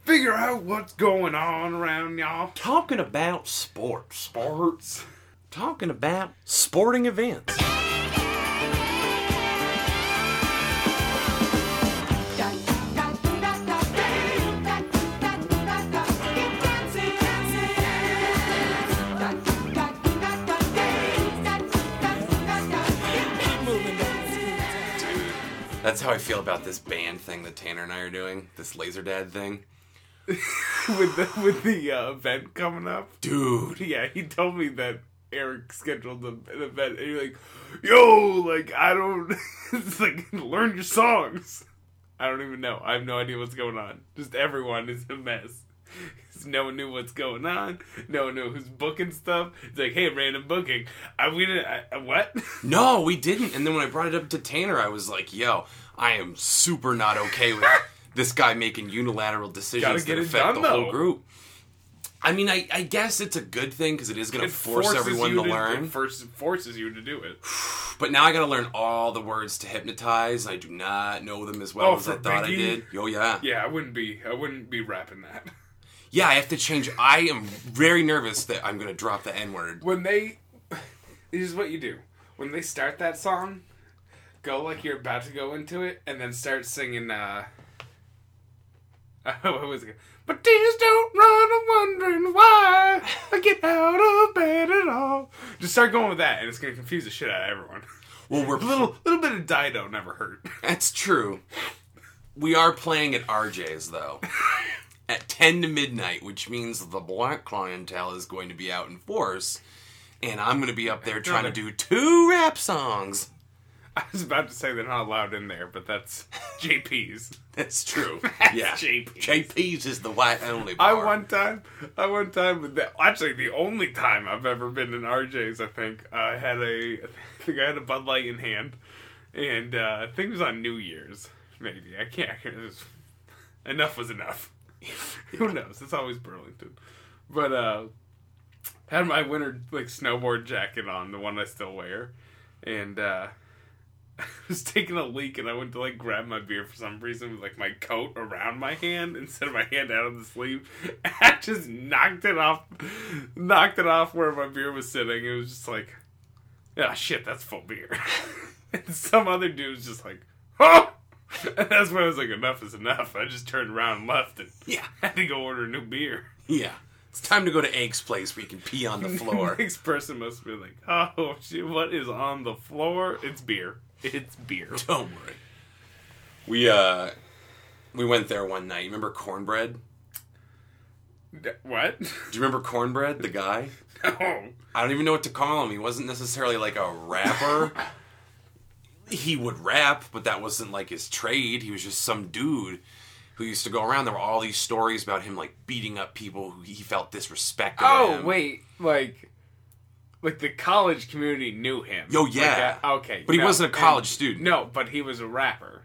figure out what's going on around y'all. Talking about sports. Sports. Talking about sporting events. That's how I feel about this band thing that Tanner and I are doing, this Laser Dad thing. with the with the uh, event coming up. Dude, Yeah, he told me that Eric scheduled the, an event, and you're like, "Yo, like I don't, it's like learn your songs." I don't even know. I have no idea what's going on. Just everyone is a mess. No one knew what's going on. No one knew who's booking stuff. It's like, hey, random booking. I we didn't. I, I- what? no, we didn't. And then when I brought it up to Tanner, I was like, yo, I am super not okay with this guy making unilateral decisions Gotta get that it affect done, the though. whole group. I mean, I, I guess it's a good thing because it is going to force forces everyone you to learn. It forces, forces you to do it. But now I gotta learn all the words to hypnotize. I do not know them as well Oh, as I for thought I Biggie? did. Oh yeah. yeah, Yeah, I wouldn't be. I wouldn't be rapping that. I have to change. I am very nervous that I'm gonna drop the N word. when they this is what you do when they start that song go like you're about to go into it and then start singing uh what was it but tears don't run i'm wondering why i get out of bed at all just start going with that and it's gonna confuse the shit out of everyone Well, we're a little little bit of dido never hurt That's true. We are playing at RJ's though, at ten to midnight, which means the black clientele is going to be out in force, and I'm gonna be up there trying to do two rap songs. i was about to say they're not allowed in there but that's jp's That's true. yeah, JP's. JP's is the white only. I Bar. one time, I one time, with the- actually the only time I've ever been in RJ's, I think uh, I had a, I think I had a Bud Light in hand, and uh, I think it was on New Year's, maybe I can't. It was, enough was enough. Who knows? It's always Burlington, but uh, had my winter like snowboard jacket on, the one I still wear, and uh, I was taking a leak and I went to like grab my beer for some reason with like my coat around my hand instead of my hand out of the sleeve. I just knocked it off, knocked it off where my beer was sitting. It was just like, ah, shit, that's full beer. and some other dude was just like, oh! And that's when I was like, enough is enough. I just turned around and left and Yeah. had to go order a new beer. Yeah. It's time to go to Egg's place where you can pee on the floor. Next person must be like, oh, shit, what is on the floor? It's beer. It's beer. Don't worry. We uh we went there one night. You remember Cornbread? What? Do you remember Cornbread, the guy? Oh. I don't even know what to call him. He wasn't necessarily like a rapper. he would rap, but that wasn't like his trade. He was just some dude who used to go around. There were all these stories about him like beating up people who he felt disrespected. Oh him. wait, like, like the college community knew him. Yo, Like, yeah. uh, okay, But he no, wasn't a college student. No, but he was a rapper,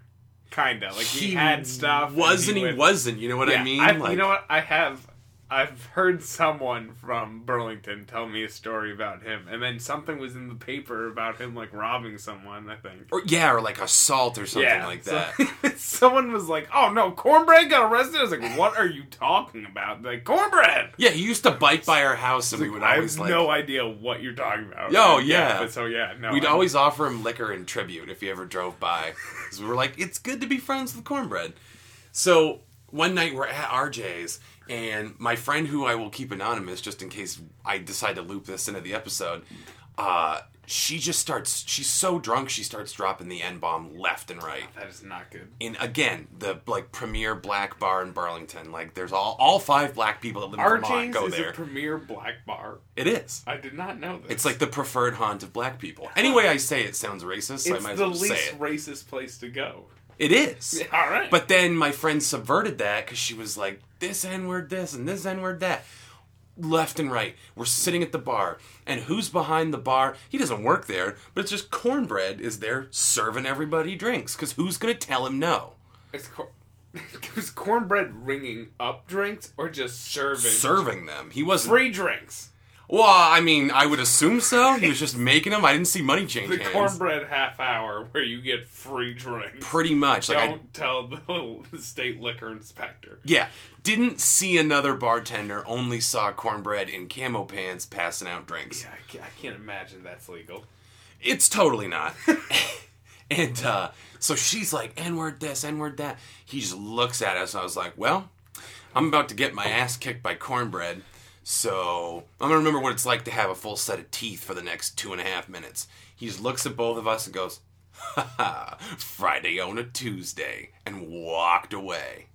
kinda. Like he, had stuff. and Wasn't he, went- wasn't, you know what Yeah, I mean? you know what? I have. I've heard someone from Burlington tell me a story about him, and then something was in the paper about him like robbing someone. I think. or, yeah, or like assault or something like so- that. someone was like, "Oh no, Cornbread got arrested." I was like, "What are you talking about?" They're Like Cornbread. Yeah, he used to bite by our house, and we would I always have like no idea what you're talking about. Yo, yeah. But so yeah, no. we'd I- always offer him liquor in tribute if he ever drove by, because we were like, it's good to be friends with cornbread. So one night we're at RJ's, and my friend, who I will keep anonymous just in case I decide to loop this into the episode, uh, she just starts. She's so drunk, she starts dropping the n bomb left and right. that is not good. And again, the like premier black bar in Burlington, like there's all all five black people that live in Vermont RJ's go is there. a premier black bar. it is. I did not know this. It's like the preferred haunt of black people. Anyway, I say it sounds racist, so I it's might as the well just say least it. racist place to go. It is. All right, But then my friend subverted that because she was like, this N word this and this N word that. Left and right. We're sitting at the bar, and who's behind the bar? He doesn't work there, but it's just Cornbread is there serving everybody drinks because who's going to tell him no? it's cor- was cornbread ringing up drinks or just serving Serving them. He wasn't. free drinks? Well, I mean, I would assume so. He was just making them. I didn't see money change The hands. cornbread half hour where you get free drinks. Pretty much, like I, Don't tell the, the state liquor inspector. Yeah. Didn't see another bartender, only saw cornbread in camo pants passing out drinks. Yeah, I ca- I can't imagine that's legal. It's totally not. and uh, so she's like, N word this, N word that. He just looks at us. I was like, well, I'm about to get my ass kicked by cornbread. So I'm going to remember what it's like to have a full set of teeth for the next two and a half minutes. He just looks at both of us and goes, ha ha, Friday on a Tuesday, and walked away.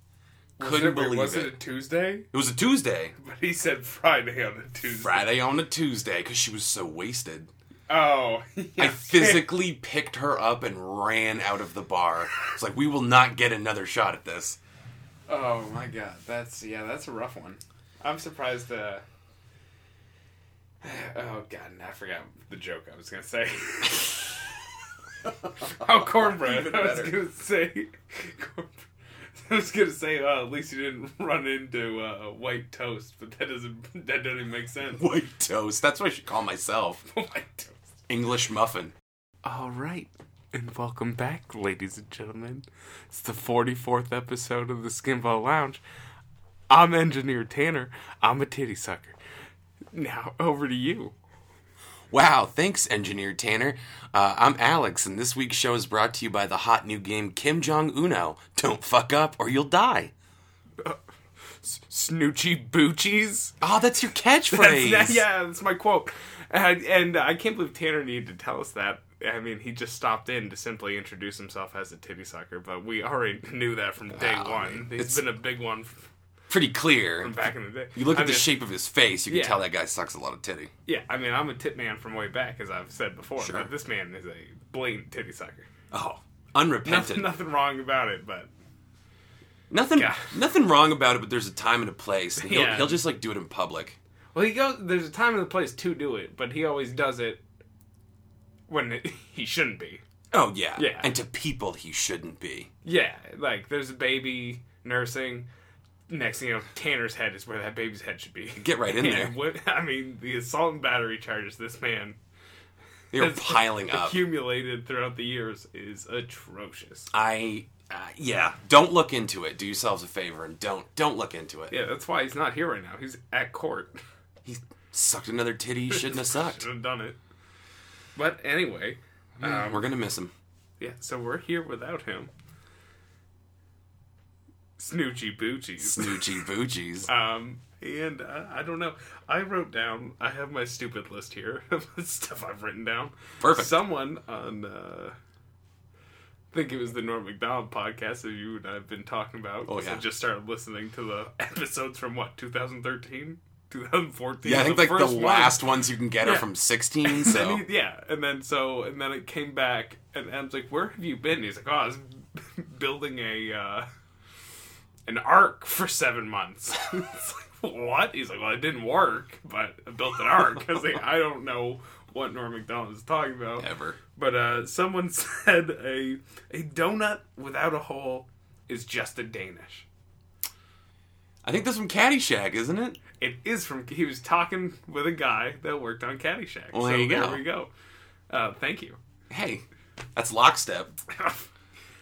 Was Couldn't it, believe was it. it a Tuesday? It was a Tuesday. But he said Friday on a Tuesday. Friday on a Tuesday because she was so wasted. Oh, I physically picked her up and ran out of the bar. It's like we will not get another shot at this. Oh my god, that's yeah, that's a rough one. I'm surprised. Uh, oh god, I forgot the joke I was gonna say. oh, cornbread! Even I was better. gonna say. cornbread. I was gonna say, uh, at least you didn't run into uh, white toast, but that doesn't that doesn't even make sense. White toast. That's what I should call myself. white toast. English muffin. All right, and welcome back, ladies and gentlemen. It's the 44th episode of the Skinball Lounge. I'm Engineer Tanner. I'm a titty sucker. Now, over to you. Wow, thanks, Engineer Tanner. Uh, I'm Alex, and this week's show is brought to you by the hot new game Kim Jong Uno. Don't fuck up or you'll die. Snoochie Boochies? Oh, that's your That's, catchphrase. that- yeah, that's my quote. And, and I can't believe Tanner needed to tell us that. I mean, he just stopped in to simply introduce himself as a titty sucker, but we already knew that from day Wow, I one. mean, It's it's- been a big one from Pretty clear. back in the day. You look I at the mean, shape of his face, you can Yeah. tell that guy sucks a lot of titty. Yeah, I mean, I'm a tit man from way back, as I've said before, Sure. but this man is a blatant titty sucker. Oh, unrepentant. Nothing, nothing wrong about it, but Nothing, God. nothing wrong about it, but there's a time and a place. And he'll, Yeah. he'll just like do it in public. well, he goes. There's a time and a place to do it, but he always does it when it, he shouldn't be. Oh yeah, Yeah. And to people he shouldn't be. Yeah, like there's a baby nursing. Next thing you know, Tanner's head is where that baby's head should be. Get right in And there. What, I mean, the assault and battery charges this man They were has piling up. accumulated throughout the years is atrocious. I, uh, yeah. Don't look into it. Do yourselves a favor and don't don't look into it. Yeah, that's why he's not here right now. He's at court. He sucked another titty. He shouldn't have sucked. Should have done it. But anyway, um, We're gonna miss him. yeah, so we're here without him. Snoochie Boochies. Snoochie boochies. Um, and uh, I don't know. I wrote down, I have my stupid list here of stuff I've written down. Perfect. Someone on, uh, I think it was the Norm MacDonald podcast that you and I have been talking about. Oh, 'cause I yeah. just started listening to the episodes from what, 2013? 2014? yeah, I think like the first one. last ones you can get are Yeah. from 16. So And he- yeah, and then so and then it came back, and Em's like, "Where have you been?" He's like, "Oh, I was building a uh, an ark for seven months." it's like, what? He's like, "Well, it didn't work, but I built an ark." I was like, "I don't know what Norm Macdonald is talking about." ever. But uh, someone said a a donut without a hole is just a Danish. I think that's from Caddyshack, isn't it? It is from. He was talking with a guy that worked on Caddyshack. Well, so there you go. we go. Uh, thank you. Hey, that's lockstep.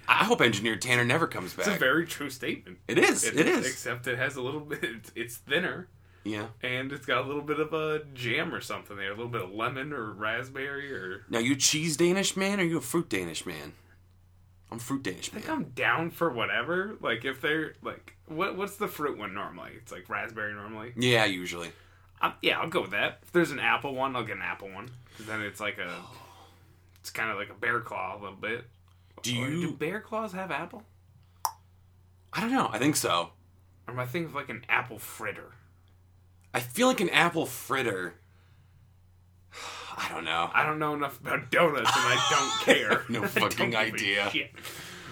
I hope Engineer Tanner never comes It's a back. very true statement. it is. It is. Except it has a little bit. It's, it's thinner, Yeah. and it's got a little bit of a jam or something there. A little bit of lemon or raspberry or. Now you cheese Danish man or you a fruit Danish man? I'm fruit Danish man. I'm down for whatever. Like if they're like, what what's the fruit one normally? It's like raspberry normally. Yeah, usually. i yeah, I'll go with that. If there's an apple one, I'll get an apple one. 'Cause then it's like a, it's kind of like a bear claw a little bit. Do Or do you? bear claws have apple? I don't know. I think so. Or am I thinking of like an apple fritter? I feel like an apple fritter. I don't know. I don't know enough about donuts and I don't care. No I don't fucking give a idea. shit.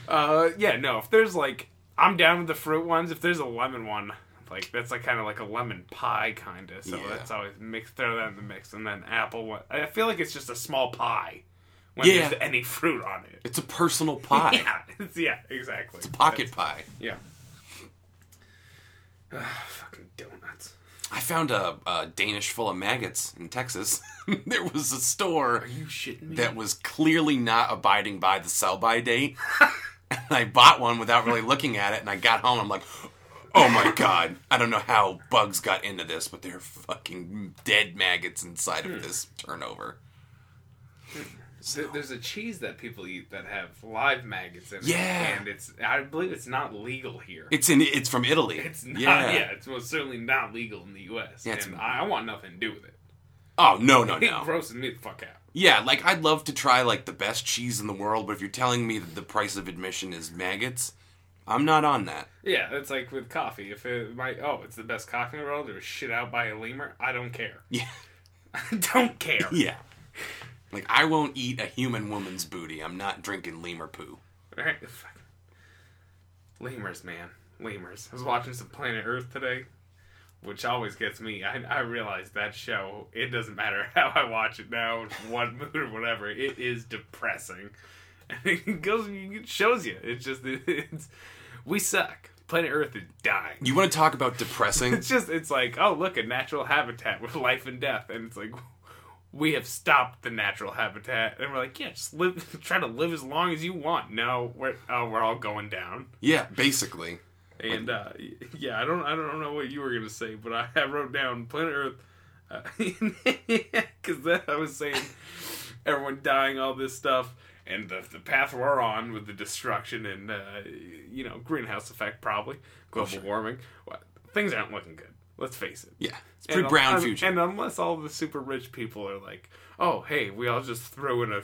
Uh, yeah, no. If there's like, I'm down with the fruit ones. If there's a lemon one, like that's like kind of like a lemon pie kind of. So Yeah. that's always mix. Throw that in the mix, and then apple one. I feel like it's just a small pie when Yeah. there's any fruit on it. It's a personal pie. Yeah, it's, yeah, exactly. Pocket pie. Yeah. Fucking donuts. I found a, a Danish full of maggots in Texas. there was a store You shitting me? that was clearly not abiding by the sell by date. and I bought one without really looking at it, and I got home. I'm like, oh my god, I don't know how bugs got into this, but there are fucking dead maggots inside Hmm. of this turnover. There- There's a cheese that people eat that have live maggots in it. Yeah. And it's, I believe it's not legal here. It's in. It's from Italy. It's not, yeah, it's most certainly not legal in the U.S. Yeah, it's- and I, I want nothing to do with it. Oh no no It no. grosses me the fuck out. Yeah, like I'd love to try like the best cheese in the world, but if you're telling me that the price of admission is maggots, I'm not on that. Yeah, it's like with coffee. If it might, oh, it's the best coffee in the world, or shit out by a lemur, I don't care. Yeah. I don't care. Yeah. Like I won't eat a human woman's booty. I'm not drinking lemur poo. Right? Fuck. Lemurs, man. Lemurs. I was watching some Planet Earth today, which always gets me. I, I realize that show, it doesn't matter how I watch it now, what mood or whatever, it is depressing. And it goes and it shows you. It's just, it's, we suck. Planet Earth is dying. You want to talk about depressing? It's just, it's like, oh, look, a natural habitat with life and death. And it's like, we have stopped the natural habitat. And we're like, yeah, just live, try to live as long as you want. No, we're, oh, we're all going down. yeah, basically. And uh, y- yeah, I don't, I don't know what you were gonna say, but I, I wrote down Planet Earth because that I was saying everyone dying, all this stuff, and the the path we're on with the destruction and uh, you know greenhouse effect, probably global sure. warming. Well, things aren't looking good. Let's face it. Yeah. It's And pretty un- brown un- future. And unless all the super rich people are like, oh, hey, we all just threw in a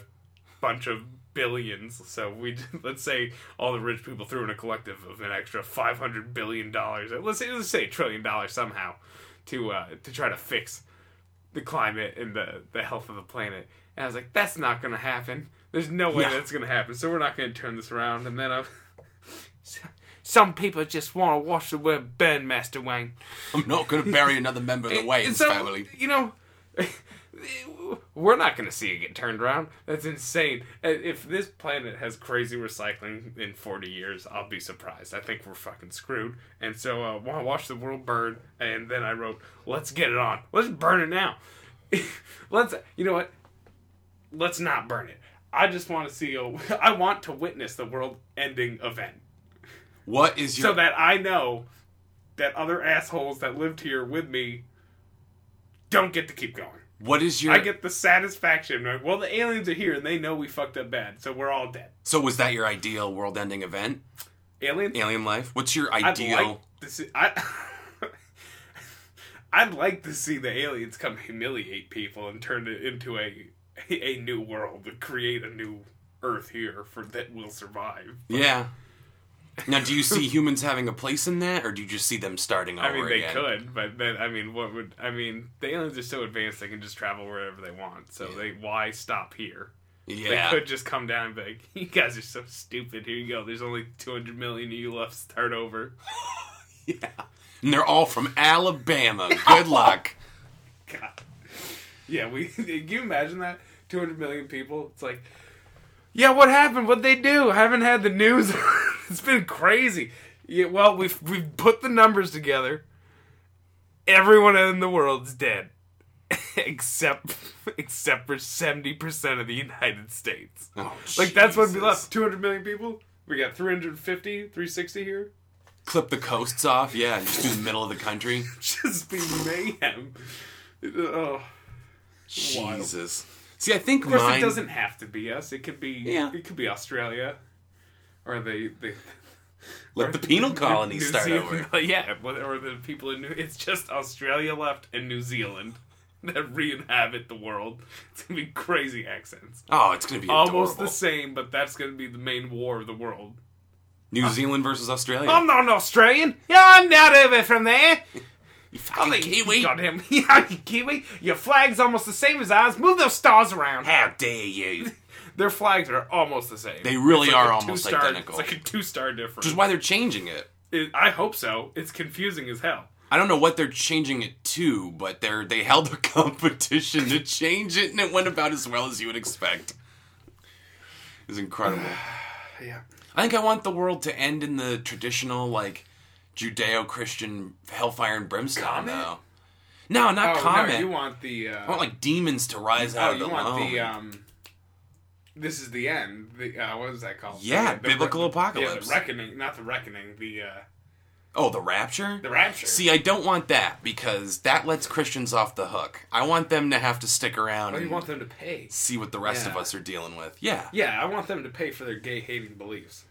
bunch of billions. So we let's say all the rich people threw in a collective of an extra five hundred billion dollars. Let's say let's say a trillion dollars somehow to uh, to try to fix the climate and the the health of the planet. And I was like, that's not gonna happen. There's no way No. that's gonna happen. So we're not gonna turn this around. And then I. Some people just want to watch the word burn, Master Wayne. I'm not going to bury another member of the And- Wayans and so, family. You know, we're not going to see it get turned around. That's insane. Uh, If this planet has crazy recycling in 40 years, I'll be surprised. I think we're fucking screwed. And so, uh, want to watch the world burn. And then I wrote, let's get it on. Let's burn it now. let's, you know what? Let's not burn it. I just want to see, a, I want to witness the world ending event What is your so that I know that other assholes that lived here with me don't get to keep going. What is your I get the satisfaction. Right? Well, the aliens are here and they know we fucked up bad, so we're all dead. So was that your ideal world-ending event? Aliens. Alien life? What's your I'd ideal like to see. I, I'd like to see the aliens come humiliate people and turn it into a a new world, create a new Earth here for that will survive. Yeah. Now, do you see humans having a place in that, or do you just see them starting over I mean, they again? could, but then I mean, what would I mean? The aliens are so advanced; they can just travel wherever they want. So they why stop here? Yeah. They could just come down and be like, "You guys are so stupid. Here you go. There's only 200 million of you left. Start over." And they're all from Alabama. Good luck. God. Yeah, we. Can you imagine that? 200 million people. It's like, yeah, what happened? What they do? I haven't had the news. it's been crazy. Yeah, well, we've we've put the numbers together. Everyone in the world's dead, except except for 70 percent of the United States. Oh, Like that's what we Jesus. left. 200 million people. We got 350, 360 here. Clip the coasts off, yeah, and just do the middle of the country. Just be mayhem. Oh. Wild. Jesus. See, I think Of course, mine. it doesn't have to be us. It could be Yeah. it could be Australia, or the the Let the penal colony New start Zealand. over. Yeah, what- or the people in New. It's just Australia left and New Zealand that re-inhabit the world. It's gonna be crazy accents. Oh, it's gonna be Almost adorable. the same, but that's gonna be the main war of the world. New Zealand versus Australia. I'm not an Australian. Yeah, I'm not over from there. you fucking Kiwi! Goddamn, yeah, you Kiwi. Your flag's almost the same as ours. Move those stars around. How dare you? Their flags are almost the same. They really It's are a almost two-star- identical. It's like a two-star difference. Which is why they're changing it. It, I hope so. It's confusing as hell. I don't know what they're changing it to, but they're they held a competition to change it, and it went about as well as you would expect. It's incredible. Yeah. I think I want the world to end in the traditional like Judeo-Christian hellfire and brimstone though. No, not Oh, common. no, you want the. Uh, I want like demons to rise oh, out of you the want loam. the. Um, this is the end. The uh, what is that called? Yeah, The- the biblical re- apocalypse. Yeah, the reckoning, not the reckoning. The uh, oh, the rapture. the rapture. See, I don't want that because that lets Christians off the hook. I want them to have to stick around Well, Oh, you and want them to pay. see what the rest of Yeah. us are dealing with. Yeah, Yeah, I want them to pay for their gay hating beliefs,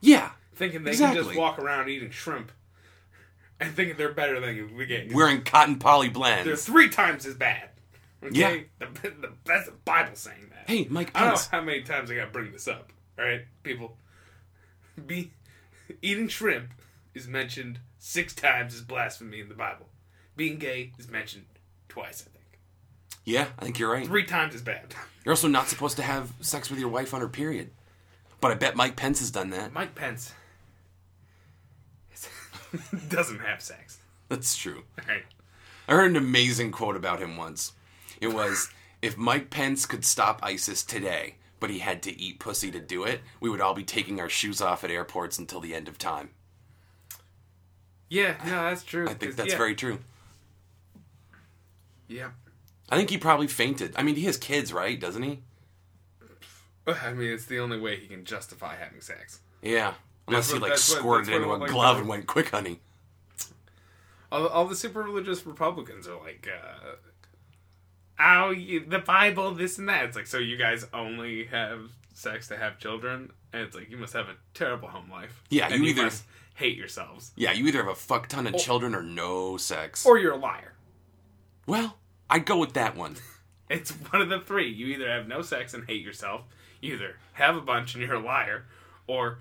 yeah. thinking they can Exactly. just walk around eating shrimp, and thinking they're better than the gays. Wearing cotton poly they're blends. three times as bad. Okay? Yeah. Yeah, the, the, that's the Bible saying that. Hey, Mike I don't know Pence. how many times I got to bring this up. All right, people. Be eating shrimp is mentioned six times as blasphemy in the Bible. Being gay is mentioned twice, I think. Yeah, I think you're right. Three times as bad. You're also not supposed to have sex with your wife on her period. But I bet Mike Pence has done that. Mike Pence doesn't have sex. That's true. All right. I heard an amazing quote about him once. It was if Mike Pence could stop ISIS today, but he had to eat pussy to do it, we would all be taking our shoes off at airports until the end of time. Yeah, no, that's true. I think that's very true. Yep. I think he probably fainted. I mean, he has kids, right? Doesn't he? I mean, it's the only way he can justify having sex. Yeah. Unless That's he what- like that's what- squirted that's what into it a looked glove like. and went quick, honey. All, all the super religious Republicans are like, uh, "Oh, you, the Bible, this and that." It's like, so you guys only have sex to have children, and it's like you must have a terrible home life. Yeah, and you either- must hate yourselves, Yeah, you either have a fuck ton of children or no sex. or you're a liar. well, I'd go with that one. It's one of the three. You either have no sex and hate yourself, you either have a bunch and you're a liar, or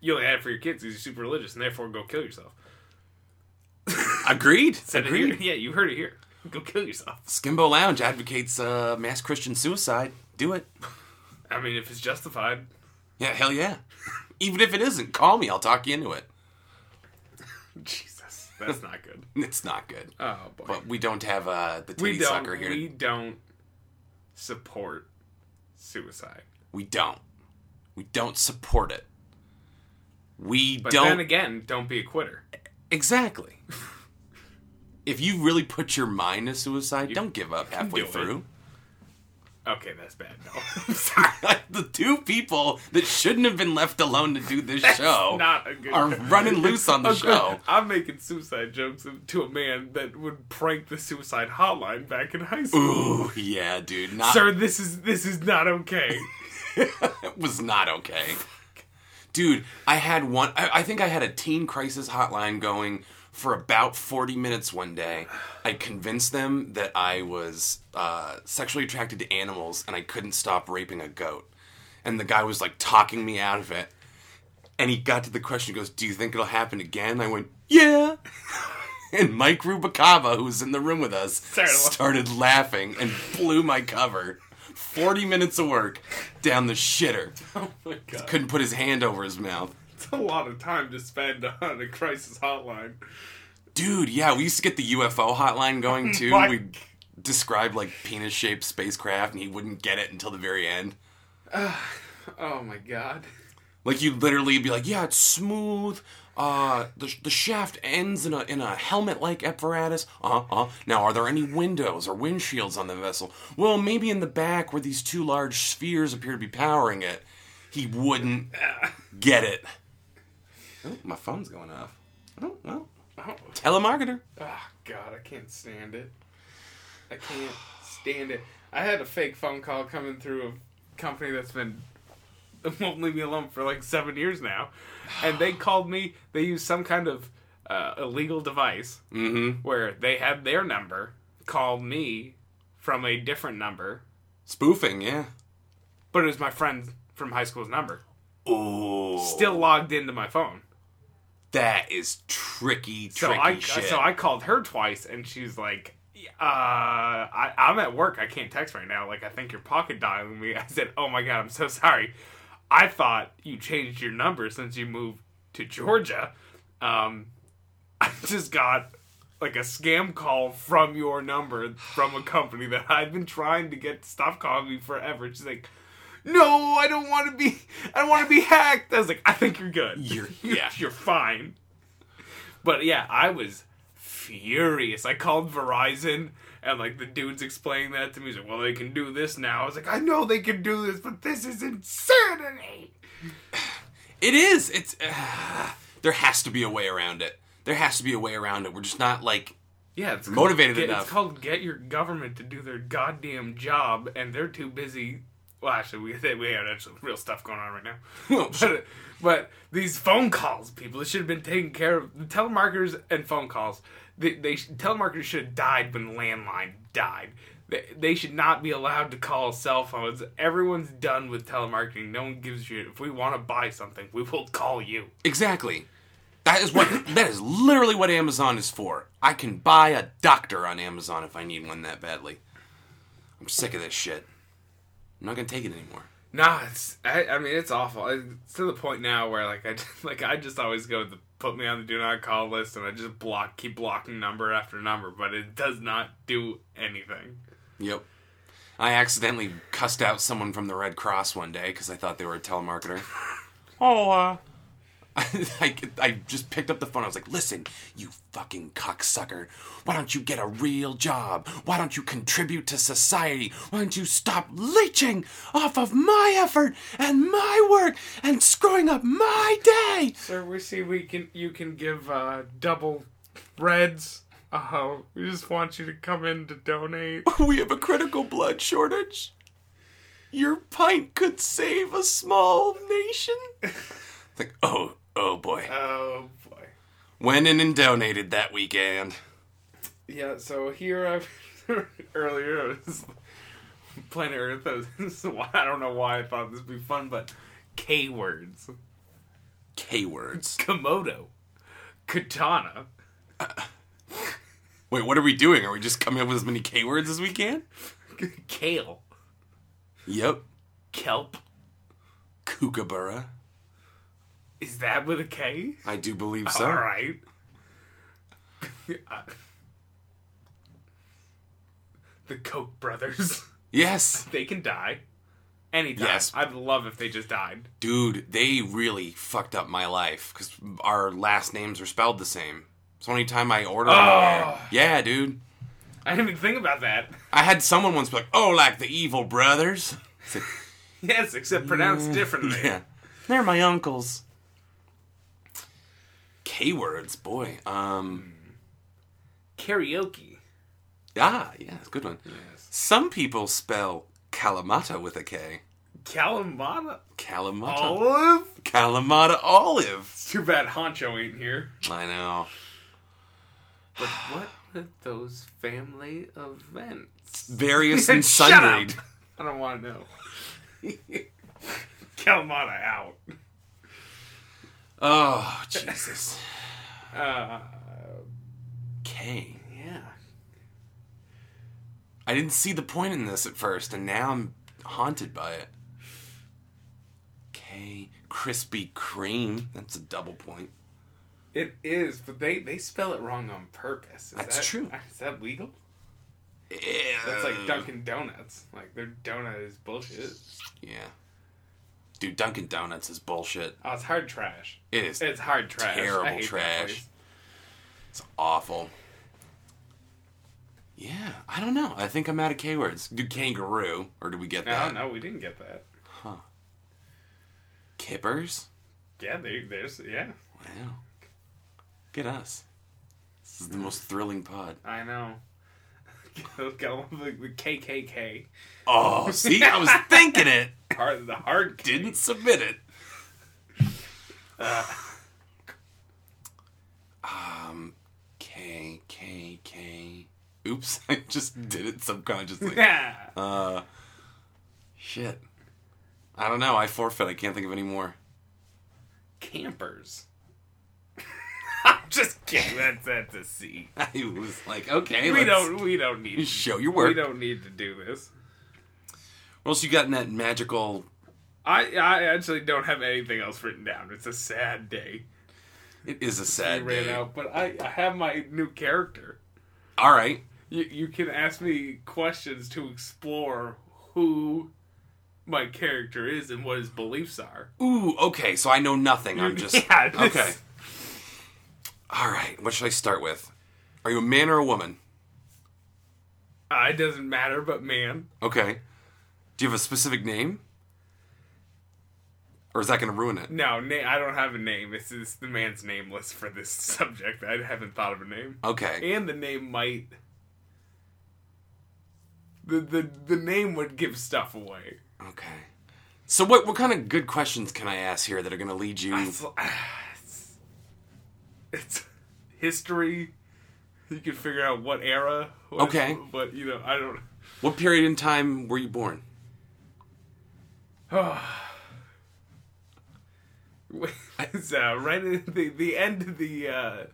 you only have it for your kids because you're super religious and therefore go kill yourself. Agreed. Said it here. Yeah, you heard it here. Go kill yourself. Skimbo Lounge advocates uh, mass Christian suicide. Do it. I mean, if it's justified, Yeah, hell yeah. Even if it isn't, call me. I'll talk you into it. Jesus, that's not good. It's not good. Oh boy. But we don't have uh, the we titty don't sucker here. we We... don't support suicide. don't. We don't support it. We But don't. then again, don't be a quitter. exactly. if you really put your mind to suicide, don't give up halfway do it. through. Okay, that's bad. No. the two people that shouldn't have been left alone to do this show Not a good are running loose on the Okay, show. I'm making suicide jokes to a man that would prank the suicide hotline back in high school. Ooh, yeah, dude. Not Sir, this is this is not okay. It was not okay. Dude, I had one. I, I think I had a teen crisis hotline going for about 40 minutes one day. I convinced them that I was uh, sexually attracted to animals and I couldn't stop raping a goat. And the guy was like talking me out of it. And he got to the question, he goes, Do you think it'll happen again? I went, Yeah. and Mike Rubicava, who was in the room with us, Started laughing. started laughing and blew my cover. 40 minutes of work down the shitter. oh my god, Couldn't put his hand over his mouth. it's a lot of time to spend on a crisis hotline. Dude, yeah, we used to get the UFO hotline going too. What? We'd describe like penis shaped spacecraft and he wouldn't get it until the very end. Oh my god. Like you'd literally be like, yeah, it's smooth. Uh, the, the shaft ends in a in a helmet like apparatus. Uh uh. Now, are there any windows or windshields on the vessel? Well, maybe in the back where these two large spheres appear to be powering it. He wouldn't get it. Oh, my phone's going off. Oh well, Oh. telemarketer. Ah, God, I can't stand it. I can't stand it. I had a fake phone call coming through a company that's been won't leave me alone for like seven years now, and they called me. They used some kind of uh, illegal device Mm-hmm. where they had their number, called me from a different number, Spoofing, yeah. but it was my friend from high school's number. Oh, Still logged into my phone. that is tricky, So tricky I uh, shit. so I called her twice, and she's like, uh, I, "I'm at work. I can't text right now. Like, I think you're pocket dialing me." I said, "Oh my god, I'm so sorry. I thought you changed your number since you moved to Georgia. Um, I just got." Like a scam call from your number from a company that I've been trying to get to stop calling me forever. She's like, "No, I don't want to be. I don't want to be hacked." I was like, "I think you're good. You're- you're, yeah. you're fine." But yeah, I was furious. I called Verizon and like the dudes explaining that to me. He's like, well, they can do this now. I was like, I know they can do this, but this is insanity. It is. It's uh, there has to be a way around it. There has to be a way around it. We're just not like Yeah, it's called- motivated get- enough. It's called get your government to do their goddamn job, and they're too busy. Well, actually, we they- we have actually real stuff going on right now. Oh, but, but these phone calls, people, it should have been taken care of. The telemarketers and phone calls, they, they sh- telemarketers should have died when landline died. They, they should not be allowed to call cell phones. Everyone's done with telemarketing. No one gives a shit. If we want to buy something, we will call you. exactly. That is what. that is literally what Amazon is for. I can buy a doctor on Amazon if I need one that badly. I'm sick of this shit. I'm not gonna take it anymore. Nah, it's I, I mean it's awful. It's to the point now where like I just, like I just always go to the, put me on the do not call list and I just block keep blocking number after number, but it does not do anything. Yep. I accidentally cussed out someone from the Red Cross one day because I thought they were a telemarketer. Oh, uh, I, I just picked up the phone. I was like, listen, you fucking cocksucker. Why don't you get a real job? Why don't you contribute to society? Why don't you stop leeching off of my effort and my work and screwing up my day? sir, we see we can you can give uh, double reds. Uh, we just want you to come in to donate. We have a critical blood shortage. Your pint could save a small nation. like, oh, oh boy. Oh boy. Went in and donated that weekend. Yeah, so here I've earlier I was Planet Earth. I, was, this is why, I don't know why I thought this would be fun, but K words. K words. Komodo, Katana, Wait, what are we doing? Are we just coming up with as many K words as we can? Kale, Yep. Kelp. Kookaburra. Is that with a K? I do believe so. All right. the Koch brothers. Yes. They can die. Anytime. Yes. I'd love if they just died. Dude, they really fucked up my life because our last names are spelled the same. So anytime I order, Oh. yeah, dude. I didn't even think about that. I had someone once be like, oh, like the evil brothers. It's like, Yes, except pronounced differently. Mm. yeah. They're my uncles. K words, boy. Um, Karaoke. ah, yeah, it's a good one. Some people spell Kalamata with a K. Kalamata. Kalamata. Olive? Kalamata olive. It's too bad Honcho ain't here. I know. But what with those family events? Various and Shut sundried. up. I don't want to know. Kalamata out. Oh, Jesus. Uh, K. yeah. I didn't see the point in this at first, and now I'm haunted by it. K. Krispy Kreme. That's a double point. It is, but they, they spell it wrong on purpose. Is That's that, true. Is that legal? Ew. That's Uh, like Dunkin' Donuts. Like, their donut is bullshit. Yeah. Dude, Dunkin' Donuts is bullshit. Oh, it's hard trash. It is. It's hard trash. Terrible I hate that trash. place. It's awful. Yeah, I don't know. I think I'm out of K words. Do kangaroo, or do we get No, that? no, we didn't get that. Kippers? Yeah, they, there's, yeah. Wow. Get us. This is the most thrilling pod. I know. Got all the, the KKK. Oh, see, I was thinking it. Hard, the hard K. Didn't submit it. Um, K K K. Oops, I just did it subconsciously. Yeah. Uh, shit. I don't know. I forfeit. I can't think of any more. Campers. I'm just kidding. That's that's a C. I was like, okay, We let's don't we don't need show your we work. What don't need to do this. else you got in that magical? I I actually don't have anything else written down. It's a sad day. It is a I sad ran day. out, but I, I have my new character. All right. You you can ask me questions to explore who my character is and what his beliefs are. Ooh, okay. So I know nothing. I'm just Yeah, this- okay. All right, what should I start with? Are you a man or a woman? Uh, it doesn't matter, but man. Okay. Do you have a specific name? Or is that going to ruin it? No, na- I don't have a name. It's just the man's name list for this subject. I haven't thought of a name. Okay. And the name might. The, the, the name would give stuff away. Okay. So what what kind of good questions can I ask here that are going to lead you? It's, it's, it's history. You can figure out what era. what- Okay. But, you know, I don't. What period in time were you born? it's uh, right at the the end of the uh,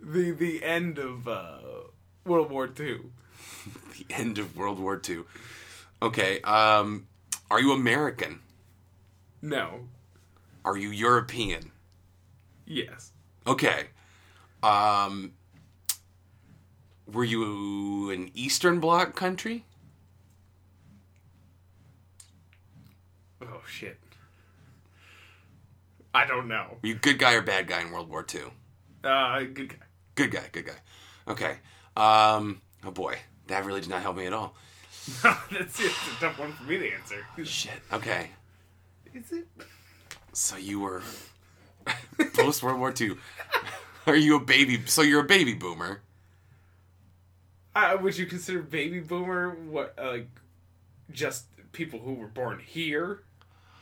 the the end of uh, World War Two. The end of World War II. Okay. Um, are you American? No. Are you European? Yes. Okay. Um, were you an Eastern Bloc country? Oh shit. I don't know. Were you good guy or bad guy in World War II? Uh, good guy. Good guy, good guy. Okay. Um, oh boy, that really did not help me at all. That's it. It's a tough one for me to answer. Is Shit. Okay. it? So you were post World War II. Are you a baby? So you're a baby boomer. I would you consider baby boomer what uh, like just people who were born here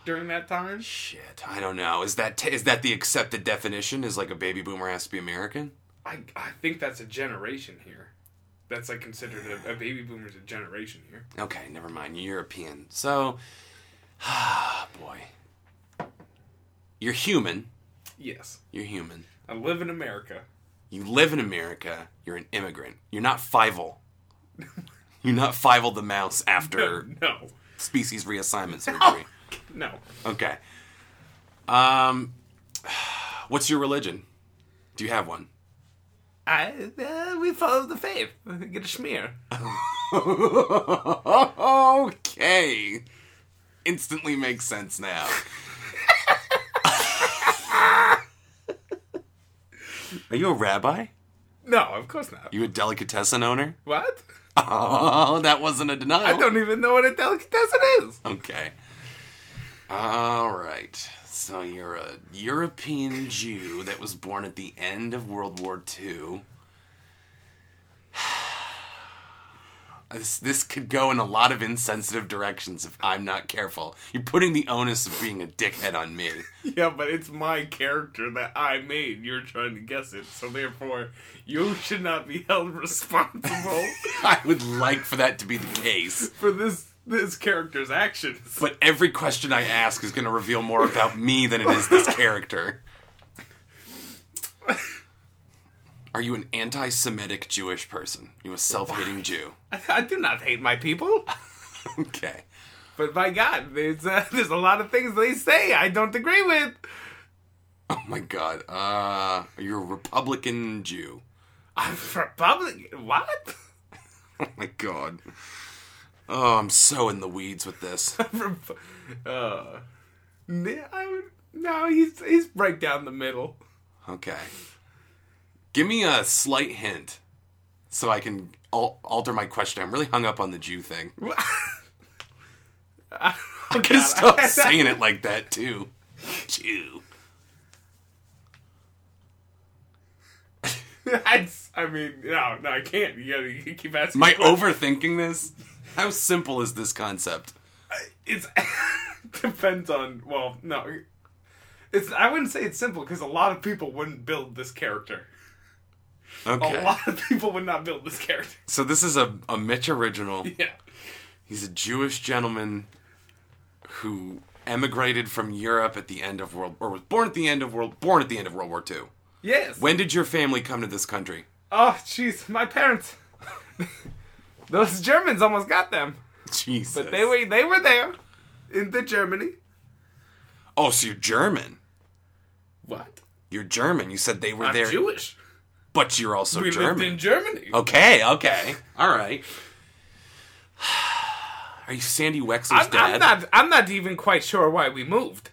during that time? Shit, I don't know. Is that t- is that the accepted definition? Is like a baby boomer has to be American? I I think that's a generation here. That's like considered a, a baby boomer's a generation here. Okay, never mind. You're European. So, boy, you're human. Yes. You're human. I live in America. You live in America. You're an immigrant. You're not Fievel. You're not Fievel the mouse after No. species reassignment surgery. No. Okay. Um, what's your religion? Do you have one? I uh, we follow the faith. Get a smear. okay. Instantly makes sense now. Are you a rabbi? No, of course not. You a delicatessen owner? What? Oh, that wasn't a denial. I don't even know what a delicatessen is. Okay. All right. So you're a European Jew that was born at the end of World War II. This, this could go in a lot of insensitive directions if I'm not careful. You're putting the onus of being a dickhead on me. Yeah, but it's my character that I made. You're trying to guess it, so therefore you should not be held responsible I would like for that to be the case. for this this character's actions. But every question I ask is going to reveal more about me than it is this character. Are you an anti Semitic Jewish person? you a self hating Jew? I, I do not hate my people, Okay. but my God, there's uh, there's a lot of things they say I don't agree with. Oh my god. Uh, you're a Republican Jew. I'm Republican. What? Oh my god. Oh, I'm so in the weeds with this. From, uh, n- I would, no, he's he's right down the middle. Okay. Give me a slight hint so I can al- alter my question. I'm really hung up on the Jew thing. I could have stopped saying it like that too. Jew. That's, I mean, no, no, I can't. You gotta you keep asking. Am I questions. overthinking this? How simple is this concept? It's depends on. Well, no, it's. I wouldn't say it's simple because a lot of people wouldn't build this character. Okay. A lot of people would not build this character. So this is a, a Mitch original. Yeah. He's a Jewish gentleman who emigrated from Europe at the end of World or was born at the end of World born at the end of World War II. Yes. When did your family come to this country? oh, jeez, my parents. Those Germans almost got them. Jesus. But they were they were there, in the Germany. Oh, so you're German. What? You're German. You said they were I'm there. Jewish. But you're also We German. lived in Germany. Okay, okay. All right. Are you Sandy Wexler's I'm, dad? I'm not. I'm not even quite sure why we moved.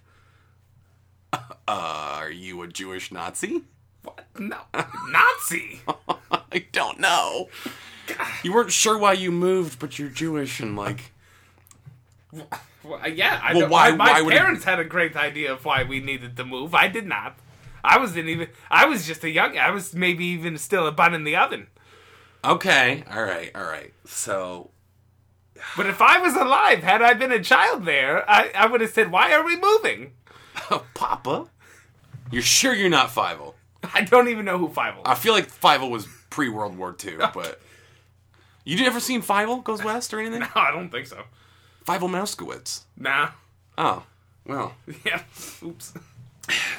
Are you a Jewish Nazi? What? No, Nazi. I don't know. You weren't sure why you moved, but you're Jewish and like Well, uh, yeah, I Well, don't- why- my why would it- parents had a great idea of why we needed to move. I did not. I wasn't even. I was just a young. I was maybe even still a bun in the oven. Okay, all right, all right. So But if I was alive, had I been a child there, I, I would have said, "Why are we moving?" Papa? You're sure you're not Fivel? I don't even know who Fivel. I feel like Fivel was pre World War II, but you ever seen Fivel Goes West or anything? no, I don't think so. Fivel Mouskowitz. Nah. Oh, well, Yeah. Oops.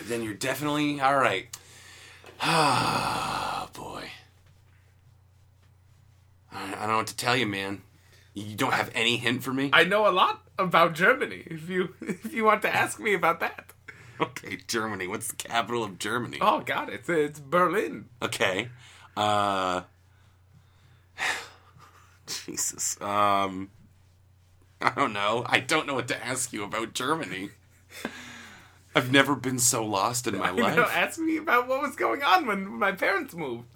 then you're definitely all right. Ah, boy. I I don't know what to tell you, man. You don't have any hint for me? I know a lot about Germany. If you if you want to ask me about that. Okay, Germany. What's the capital of Germany? Oh God, it's it's Berlin. Okay. Uh Jesus. Um I don't know. I don't know what to ask you about Germany. I've never been so lost in my You know, life. ask me about what was going on when my parents moved.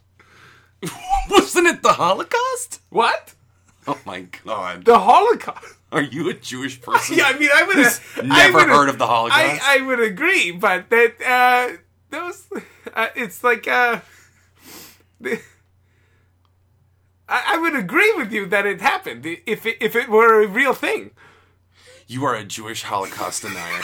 Wasn't it the Holocaust? What? Oh my god. The Holocaust. Are you a Jewish person? Yeah, I mean, I would have Never heard of the Holocaust? I, I would agree, but that uh, those uh, it's like uh, the- I, I would agree with you that it happened if it, if it were a real thing. you are a Jewish Holocaust denier.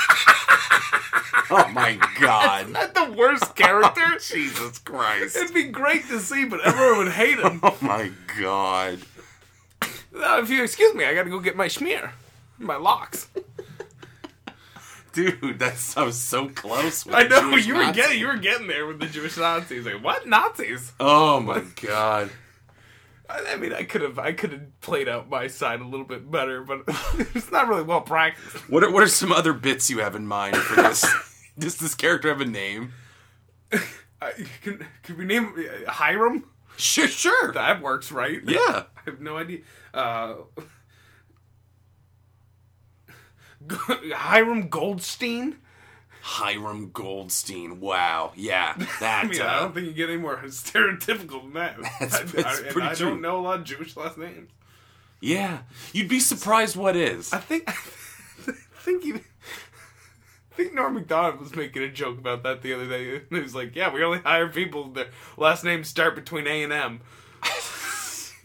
oh my god. Not the worst character. Jesus Christ. It'd be great to see, but everyone would hate him. Oh my god. Uh, if you excuse me, I gotta go get my schmear, my locks. Dude, that's I was so close with I know Jewish you were Nazi. getting you were getting there with the Jewish Nazis. Like what Nazis? Oh my god. I I mean, I could have I could have played out my side a little bit better, but it's not really well practiced. What are, what are some other bits you have in mind for this? Does this character have a name? Uh, can can we name uh, Hiram? Sure, sure. That works, right? Yeah. I have no idea. Uh, Hiram Goldstein. Hiram Goldstein. Wow. Yeah. That. I mean, I uh, don't think you get any more stereotypical than that. That's- I- that's I, and pretty I true. don't know a lot of Jewish last names. yeah. You'd be surprised what is. I think I think you I think Norm Macdonald was making a joke about that the other day. He was like, "Yeah, we only hire people their last names start between A and M."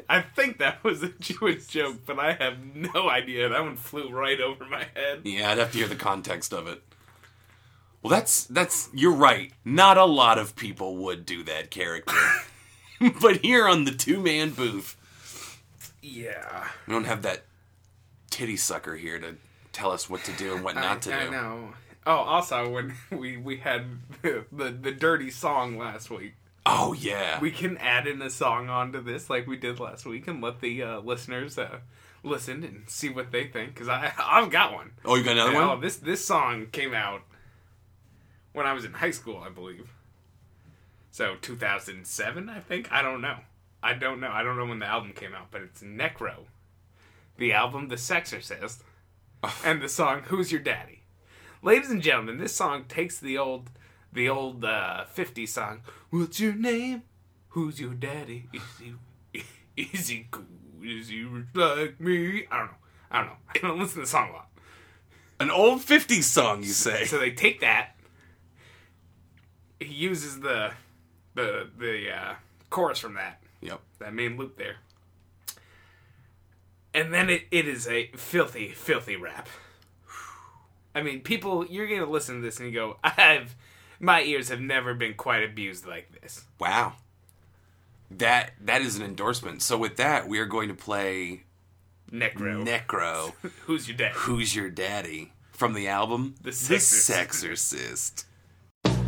I think that was a Jewish joke, but I have no idea. That one flew right over my head. Yeah, I'd have to hear the context of it. Well, that's that's you're right. Not a lot of people would do that character. but here on the two-man booth, Yeah, we don't have that titty sucker here to tell us what to do and what not to I, do. know. Oh, also when we we had the, the the dirty song last week, Oh yeah. we can add in a song onto this like we did last week and let the uh, listeners uh, listen and see what they think because I I've got one. oh, you got another Yeah, one? oh, this this song came out when I was in high school, I believe. So 2007, I think. I don't know. I don't know. I don't know when the album came out, but it's Necro, the album The Sexorcist, Oh. and the song Who's Your Daddy. Ladies and gentlemen, this song takes the old the old uh, 50s song. What's your name? Who's your daddy? Is he is he cool? Is he rich like me? I don't know. I don't know. I don't listen to the song a lot. An old 50s song, you say? So they take that. He uses the the the uh, chorus from that Yep. that main loop there, and then it, it is a filthy filthy rap. I mean, people, you're gonna listen to this and you go, "I've my ears have never been quite abused like this." Wow. That that is an endorsement. So with that, we are going to play Necro, Necro, who's your dad? Who's Your Daddy from the album The Sexorcist. Sexorcist.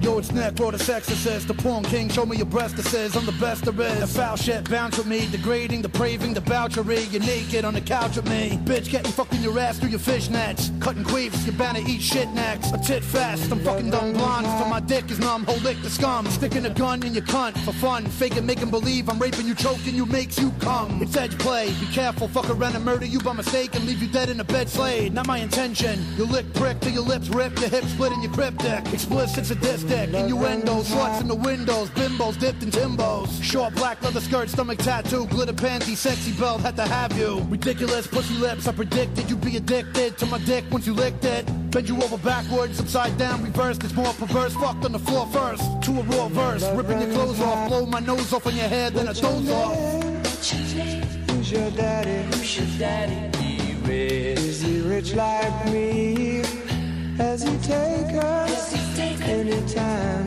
Yo, it's Necro, the sexorcist, the porn king. Show me your breast that says I'm the best there is. The foul shit bounce with me, degrading, depraving, the bouchery. You're naked on the couch with me. Bitch, getting fucked in your ass through your fishnets. Cutting queefs, you're bound to eat shit next. A tit fest, I'm fucking dumb blonde. Till my dick is numb, whole lick the scum. Sticking a gun in your cunt for fun. Faking, making believe I'm raping you, choking you, makes you come. It's edge play, be careful, fuck around and murder you by mistake and leave you dead in a bed slayed. Not my intention. You lick prick till your lips rip, your hips split in your cryptic. Explicit sadistic stick, innuendo, shorts in the windows, bimbos dipped in timbos. Short black leather skirt, stomach tattoo, glitter panty, sexy belt, had to have you. Ridiculous pussy lips, I predicted you'd be addicted to my dick once you licked it. Bend you over backwards, upside down, reversed, it's more perverse. Fucked on the floor first, to a raw verse, ripping your clothes off, blow my nose off on your head, then I doze off. Who's your daddy? Who's your daddy? Is he rich like me? Has he take us anytime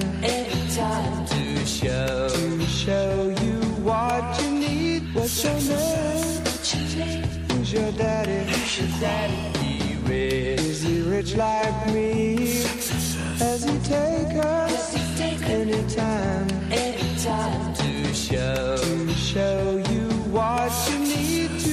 to show to show you what you need? What's your name? Who's your daddy? Who's your daddy? Is he rich like me? Has he take us anytime to show to show you what you need to?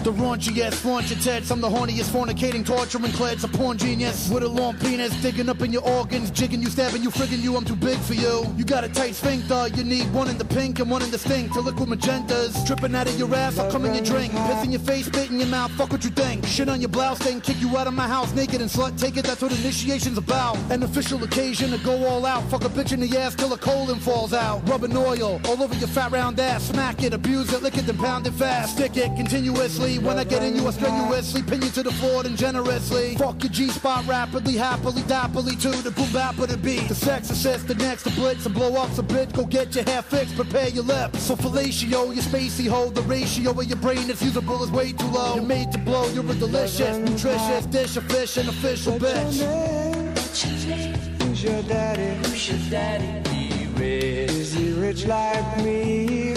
The raunchiest, launch your tits. I'm the horniest, fornicating, torturing clits. A porn genius with a long penis, digging up in your organs, jigging you, stabbing you, frigging you. I'm too big for you. You got a tight sphincter. You need one in the pink and one in the stink to liquid magentas. Dripping out of your ass, I'll come in your drink. Piss in your face, spit in your mouth. Fuck what you think. Shit on your blouse, then kick you out of my house naked and slut. Take it, that's what initiation's about. An official occasion to go all out. Fuck a bitch in the ass till a colon falls out. Rubbing oil all over your fat round ass. Smack it, abuse it, lick it, then pound it fast. Stick it continuously. When I get in you, I strenuously pin you to the floor, then generously. Fuck your G spot rapidly, happily, dappily to the boom bap of the beat. The sex assist, the next to blitz and blow up a bit. Go get your hair fixed, prepare your lips. So fellatio, your spacey hold. The ratio of your brain that's usable is way too low. You're made to blow, you're a delicious, nutritious dish of fish, an official bitch. Who's your daddy? Who's your daddy? Is he rich like me?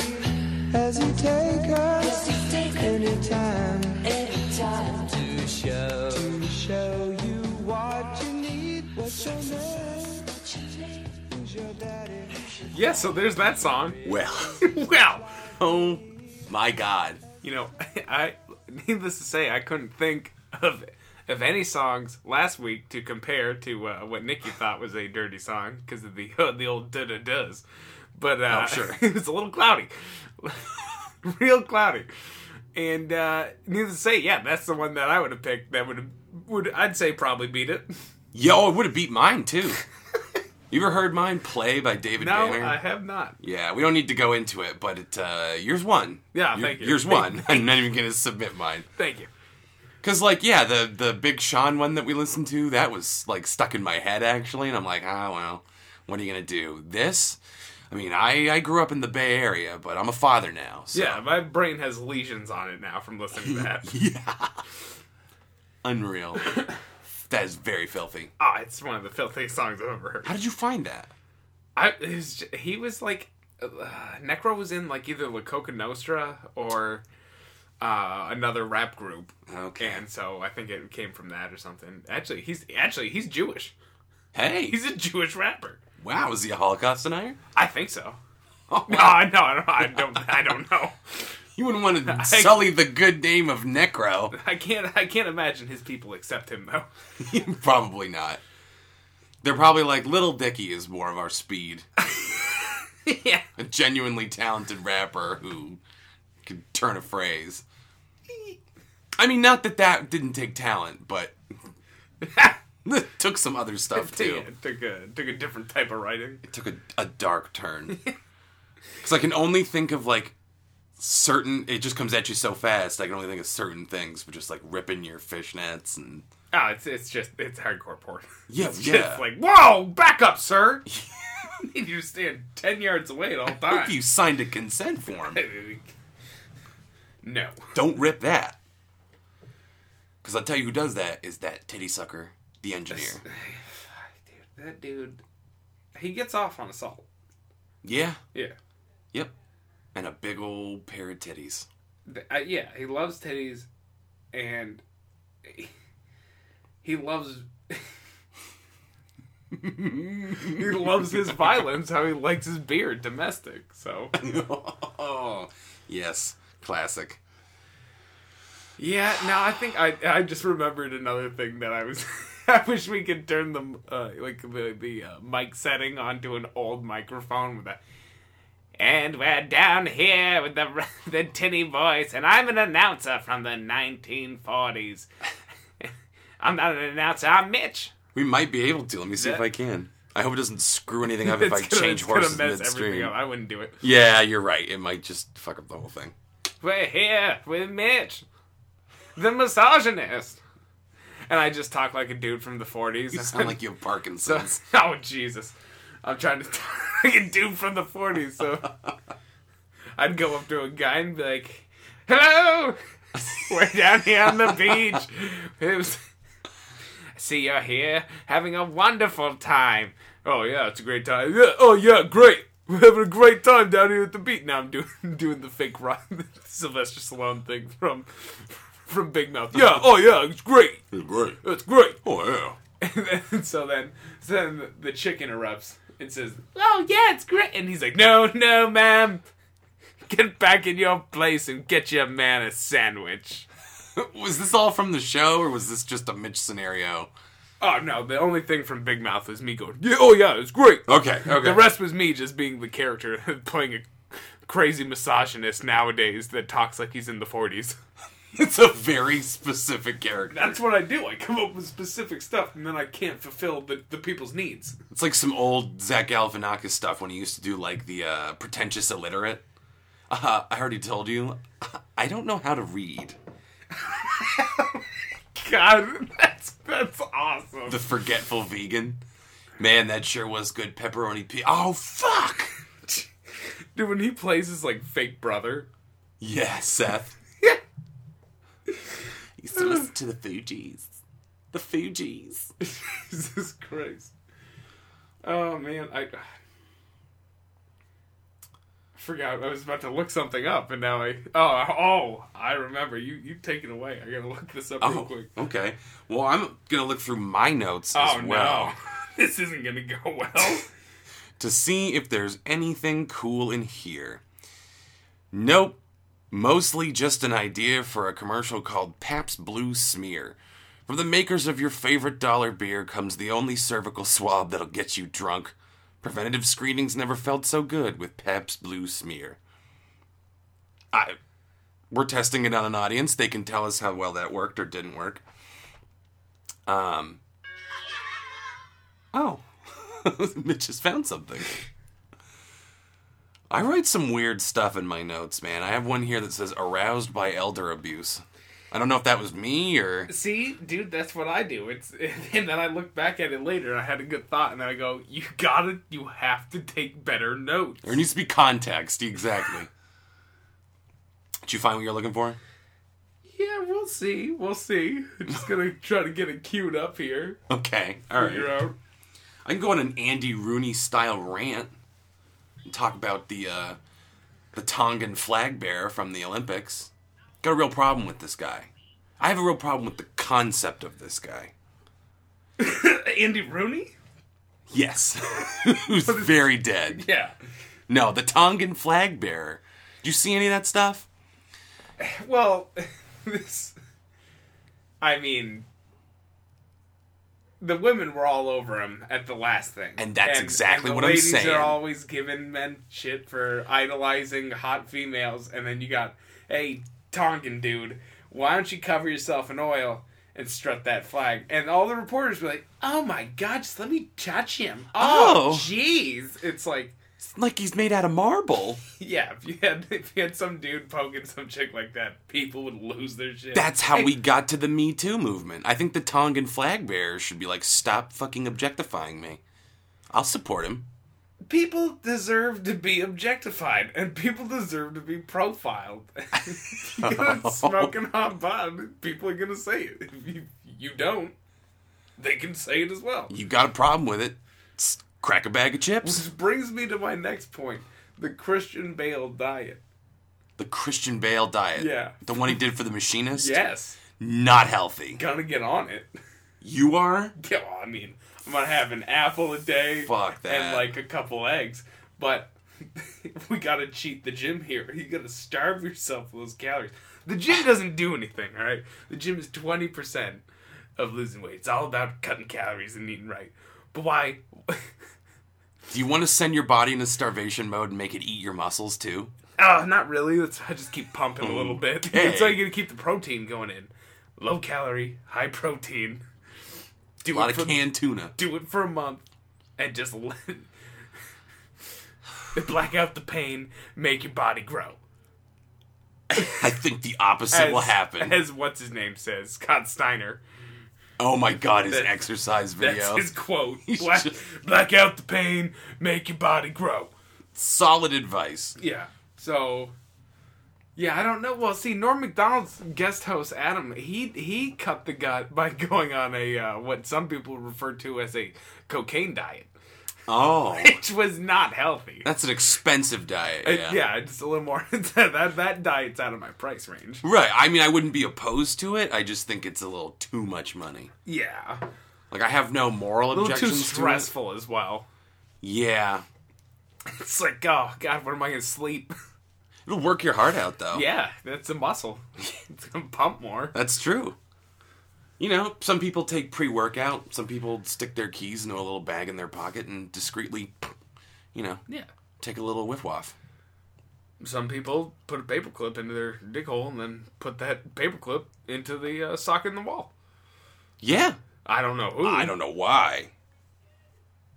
Has he take us anytime? Anytime to show, to show you what you need. What's your name? Who's your daddy? Yeah, so there's that song. Well, Wow. oh my God. You know, I needless to say, I couldn't think of of any songs last week to compare to uh, what Nikki thought was a dirty song because of the the old da da does. But uh, Oh, sure. it was a little cloudy, real cloudy. And uh, needless to say, yeah, that's the one that I would have picked. That would would I'd say probably beat it. Yo, it would have beat mine too. you ever heard mine play by David No, Banner? I have not. Yeah, we don't need to go into it, but it, uh, yours won. Yeah, Your- thank you. Yours won. I'm not even gonna submit mine. Thank you. Cause like, yeah, the the Big Sean one that we listened to, that was like stuck in my head actually, and I'm like, ah, well, what are you gonna do? This? I mean, I I grew up in the Bay Area, but I'm a father now. So. Yeah, my brain has lesions on it now from listening to that. Unreal. that is very filthy. Ah, it's one of the filthiest songs I've ever heard. How did you find that? I it was, j- he was like uh, Necro was in like either La Coca Nostra or uh, another rap group, Okay. and so I think it came from that or something. Actually, he's actually he's Jewish. Hey, He's a Jewish rapper. wow, is he a Holocaust denier? I think so. Oh, No, I no, I don't. I don't, I don't know. You wouldn't want to sully the good name of Necro. I can't. I can't imagine his people accept him though. probably not. They're probably like Little Dicky is more of our speed. yeah. A genuinely talented rapper who could turn a phrase. I mean, not that that didn't take talent, but it took some other stuff Took, too. a- took a took a different type of writing. It took a, a dark turn. Because I can only think of like certain. It just comes at you so fast. I can only think of certain things, but just like ripping your fishnets and Oh, it's it's just it's hardcore porn. yeah, It's yeah. just like, whoa, back up, sir. I need you to stand ten yards away at all Hope times. you signed a consent form. No. Don't rip that. Because I'll tell you who does that is that titty sucker, the engineer. Dude, that dude, he gets off on assault. Yeah. Yeah. Yep. And a big old pair of titties. Th- uh, yeah, he loves titties, and he- he loves. he loves his violence, how he likes his beer, domestic, so. oh, yes. Classic. Yeah, no, I think I I just remembered another thing that I was. I wish we could turn the uh, like the the uh, mic setting onto an old microphone with a. And we're down here with the the tinny voice, and I'm an announcer from the 1940s. I'm not an announcer. I'm Mitch. We might be able to. Let me see if I can. I hope it doesn't screw anything up if I It's gonna- change it's gonna horses mess everything midstream. up. I wouldn't do it. Yeah, you're right. It might just fuck up the whole thing. We're here with Mitch, the misogynist. And I just talk like a dude from the 40s. You sound like you have Parkinson's. oh, Jesus. I'm trying to talk like a dude from the 40s, so I'd go up to a guy and be like, hello! We're down here on the beach. It was- I see you're here having a wonderful time. Oh, yeah, it's a great time. Yeah, oh, yeah, great. We're having a great time down here at the beach. Now I'm doing doing the fake Ron, Sylvester Stallone thing from from Big Mouth. Yeah, oh, yeah, it's great. Great. It's great. Oh yeah. And then, so then, so then the chick interrupts and says, "Oh yeah, it's great." And he's like, "No, no, ma'am, get back in your place and get your man a sandwich." Was this all from the show, or was this just a Mitch scenario? Oh no, the only thing from Big Mouth was me going, "Yeah, oh yeah, it's great." Okay, okay. The rest was me just being the character playing a crazy misogynist nowadays that talks like he's in the forties. It's a very specific character. That's what I do. I come up with specific stuff, and then I can't fulfill the, the people's needs. It's like some old Zach Galifianakis stuff when he used to do like the uh, pretentious illiterate. Uh, I already told you, I don't know how to read. God, that's that's awesome. The forgetful vegan. Man, that sure was good pepperoni pizza. Oh fuck! Dude, when he plays his like fake brother, Yeah, Seth. used to listen to the Fugees. The Fugees. Jesus Christ. Oh man, I I forgot I was about to look something up, and now I oh oh I remember you you take it away. I gotta look this up real Oh, quick. okay. Well, I'm gonna look through my notes Oh as no, well this isn't gonna go well. to see if there's anything cool in here. Nope. Mostly just an idea for a commercial called Pabst Blue Smear. From the makers of your favorite dollar beer comes the only cervical swab that'll get you drunk. Preventative screenings never felt so good with Pabst Blue Smear. I, we're testing it on an audience. They can tell us how well that worked or didn't work. Um. Oh, Mitch has found something. I write some weird stuff in my notes, man. I have one here that says aroused by elder abuse. I don't know if that was me or See, dude, that's what I do. It's and then I look back at it later and I had a good thought and then I go, You gotta you have to take better notes. there needs to be context exactly. Did you find what you're looking for? Yeah, we'll see. We'll see. I'm just gonna try to get it queued up here. Okay, all Figure right. out. I can go on an Andy Rooney style rant and talk about the uh, the Tongan flag bearer from the Olympics. Got a real problem with this guy. I have a real problem with the concept of this guy. Andy Rooney? Yes. Who's very dead. Yeah. No, the Tongan flag bearer. Do you see any of that stuff? Well, this. I mean, the women were all over him at the last thing, And that's exactly what I'm saying. Ladies are always giving men shit for idolizing hot females, and then you got, hey, Tongan dude, why don't you cover yourself in oil? And strut that flag, and all the reporters were like, "Oh my God, just let me touch him!" Oh, Oh. jeez, it's like It's like he's made out of marble. Yeah, if you had if you had some dude poking some chick like that, people would lose their shit. That's how we got to the Me Too movement. I think the Tongan flag bearer should be like, stop fucking objectifying me. I'll support him. people deserve to be objectified, and people deserve to be profiled. you got a smoking hot bun, people are gonna say it. If you you don't, they can say it as well. You got a problem with it? s- Crack a bag of chips. This brings me to my next point: the Christian Bale diet. The Christian Bale diet. Yeah. The one he did for the machinist. Yes, Not healthy. gonna get on it. You are? Yeah, well, I mean, I'm gonna have an apple a day. Fuck that. And like a couple eggs, but we gotta cheat the gym here. You gotta starve yourself of those calories. The gym doesn't do anything. All right, the gym is twenty percent of losing weight. It's all about cutting calories and eating right. But why? Do you want to send your body into starvation mode and make it eat your muscles too? Oh, not really. That's I just keep pumping a little bit. Okay. It's like you gotta keep the protein going in. Low calorie, high protein. Do A lot it for, of canned tuna. do it for a month, and just let they black out the pain, make your body grow. I think the opposite will happen. As what's his name says, Scott Steiner. oh my god, his That- exercise That's video. his quote. He's Black, just- black out the pain, make your body grow. Solid advice. Yeah. So yeah, I don't know. Well, see, Norm McDonald's guest host Adam, he he cut the gut by going on a uh, what some people refer to as a cocaine diet, Oh, which was not healthy. that's an expensive diet. Uh, Yeah. yeah, just a little more. that that diet's out of my price range. Right. I mean, I wouldn't be opposed to it. I just think it's a little too much money. Yeah, a Like I have no moral little too objections to it. stressful as well. Yeah. It's like, oh god, when am I gonna sleep? It'll work your heart out though. yeah, that's a muscle. it's gonna pump more. That's true. You know, some people take pre-workout, some people stick their keys into a little bag in their pocket and discreetly, you know, Yeah. take a little whiff waff. Some people put a paperclip into their dick hole and then put that paperclip into the uh, socket in the wall. Yeah. I don't know who. I don't know why.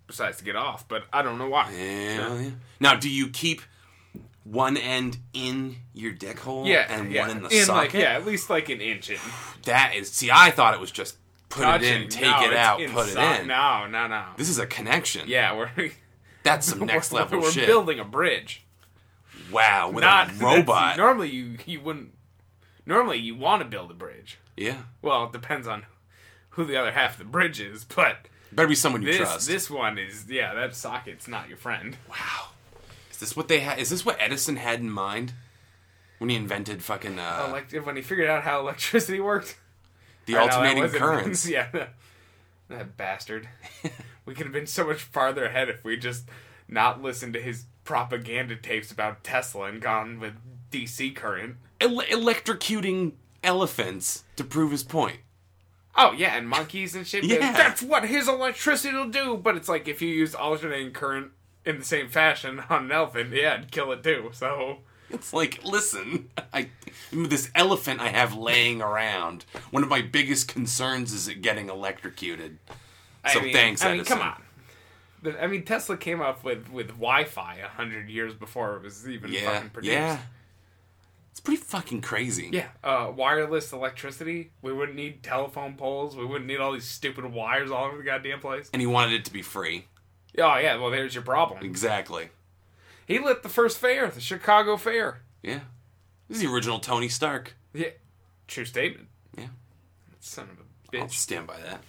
Besides to get off, but I don't know why. Yeah. yeah. Now, do you keep one end in your dick hole Yeah, and yeah. one in the like, socket? yeah, at least like an inch in. That is. See, I thought it was just put it Touching. in, take No, it it's out, put inside. it in. No, no, no. This is a connection. yeah, we're That's some next we're- level we're shit. building a bridge. wow, with Not a that's- robot. Normally you you wouldn't. Normally you want to build a bridge. yeah. Well, it depends on who the other half of the bridge is, but Better be someone you this trust. this one is yeah that socket's not your friend. wow. Is this what they had? Is this what Edison had in mind when he invented fucking uh, Elect- when he figured out how electricity worked, the Oh, I know, that alternating wasn't- currents? yeah, that, that bastard. we could have been so much farther ahead if we just not listened to his propaganda tapes about Tesla and gone with DC current. Ele- electrocuting elephants to prove his point. Oh yeah, and monkeys and shit. Yeah. That's what his electricity will do. But it's like if you used alternating current in the same fashion on an elephant, yeah, it'd kill it too. So It's like, listen, I this elephant I have laying around. One of my biggest concerns is it getting electrocuted. So I mean, thanks, I mean, Edison. come on. The- I mean, Tesla came up with with Wi-Fi a hundred years before it was even Yeah, fucking produced. yeah. It's pretty fucking crazy. Yeah, uh, wireless electricity. We wouldn't need telephone poles. We wouldn't need all these stupid wires all over the goddamn place. And he wanted it to be free. Oh yeah, well there's your problem. Exactly. He lit the first fair, the Chicago Fair. Yeah. This is the original Tony Stark. Yeah, true statement. Yeah. Son of a I'll bitch. stand by that.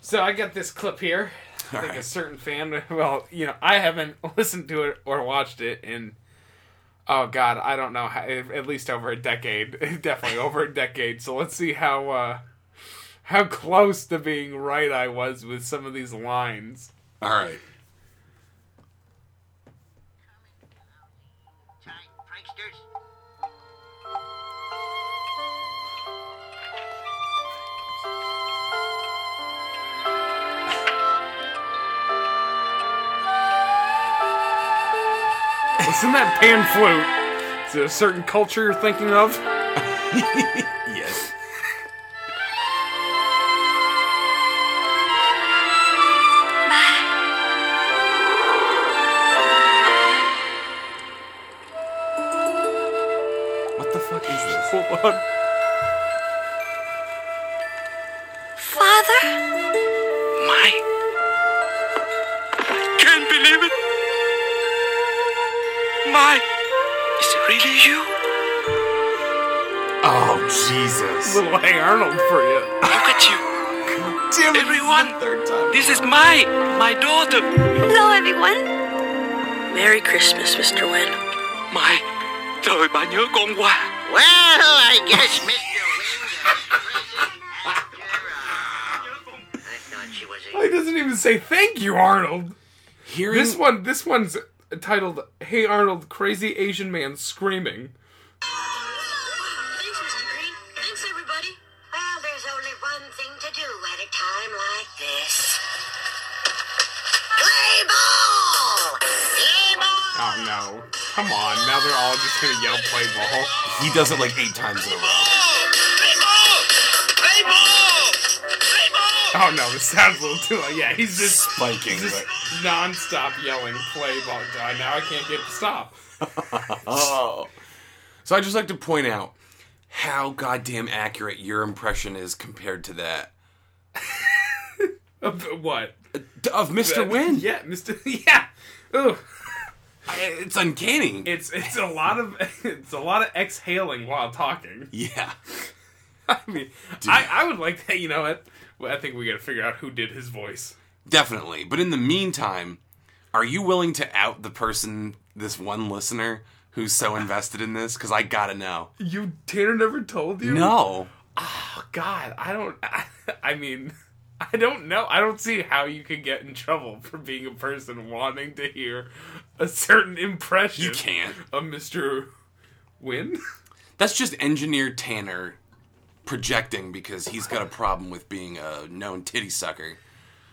So I got this clip here. I All think a right. certain fan. Well, you know, I haven't listened to it or watched it in. Oh God, I don't know. How, at least over a decade, definitely over a decade. So let's see how uh, how close to being right I was with some of these lines. All right. Time, pranksters. Isn't that pan flute? Is it a certain culture you're thinking of? Yes. What the fuck is this? Hold on. Father? Can't believe it. My, is it really you? Oh Jesus! Little Hey Arnold for you. Look at you. Damn it, Everyone, this is the third time. This is my, my daughter. Hello, everyone. Merry Christmas, Mr. Wynne. My, trời bà nhớ con quá. Well, I guess Mr. Wing is present after all. I thought she was a He doesn't even say thank you, Arnold. Hearing This one, this one's titled "Hey Arnold, Crazy Asian Man Screaming." Thanks, Mr. Green. Thanks, everybody. Well, there's only one thing to do at a time like this. Play ball! Play ball! Oh no! Come on! Now they're all just gonna yell "play ball." he does it like eight times in a row. Play ball! Play ball! Play Oh ball! no, it sounds a little too loud. Yeah, he's just Spiking, he's just but- nonstop yelling play ball. Uh, now I can't get it to stop. Oh. So I just like to point out how goddamn accurate your impression is compared to that Of Uh, what? Uh, of Mr. Wynn. Yeah, Mr. Yeah. Ooh, I- It's uncanny. it's it's a lot of it's a lot of exhaling while talking. yeah. I mean, I, I would like to. You know what? Well, I think we got to figure out who did his voice. Definitely. But in the meantime, are you willing to out the person, this one listener, who's so invested in this? Because I gotta know. You Tanner never told you? No. God, I don't. I, I mean, I don't know. I don't see how you could get in trouble for being a person wanting to hear a certain impression. You can't. of Mister Win. That's just engineer Tanner projecting because he's got a problem with being a known titty sucker.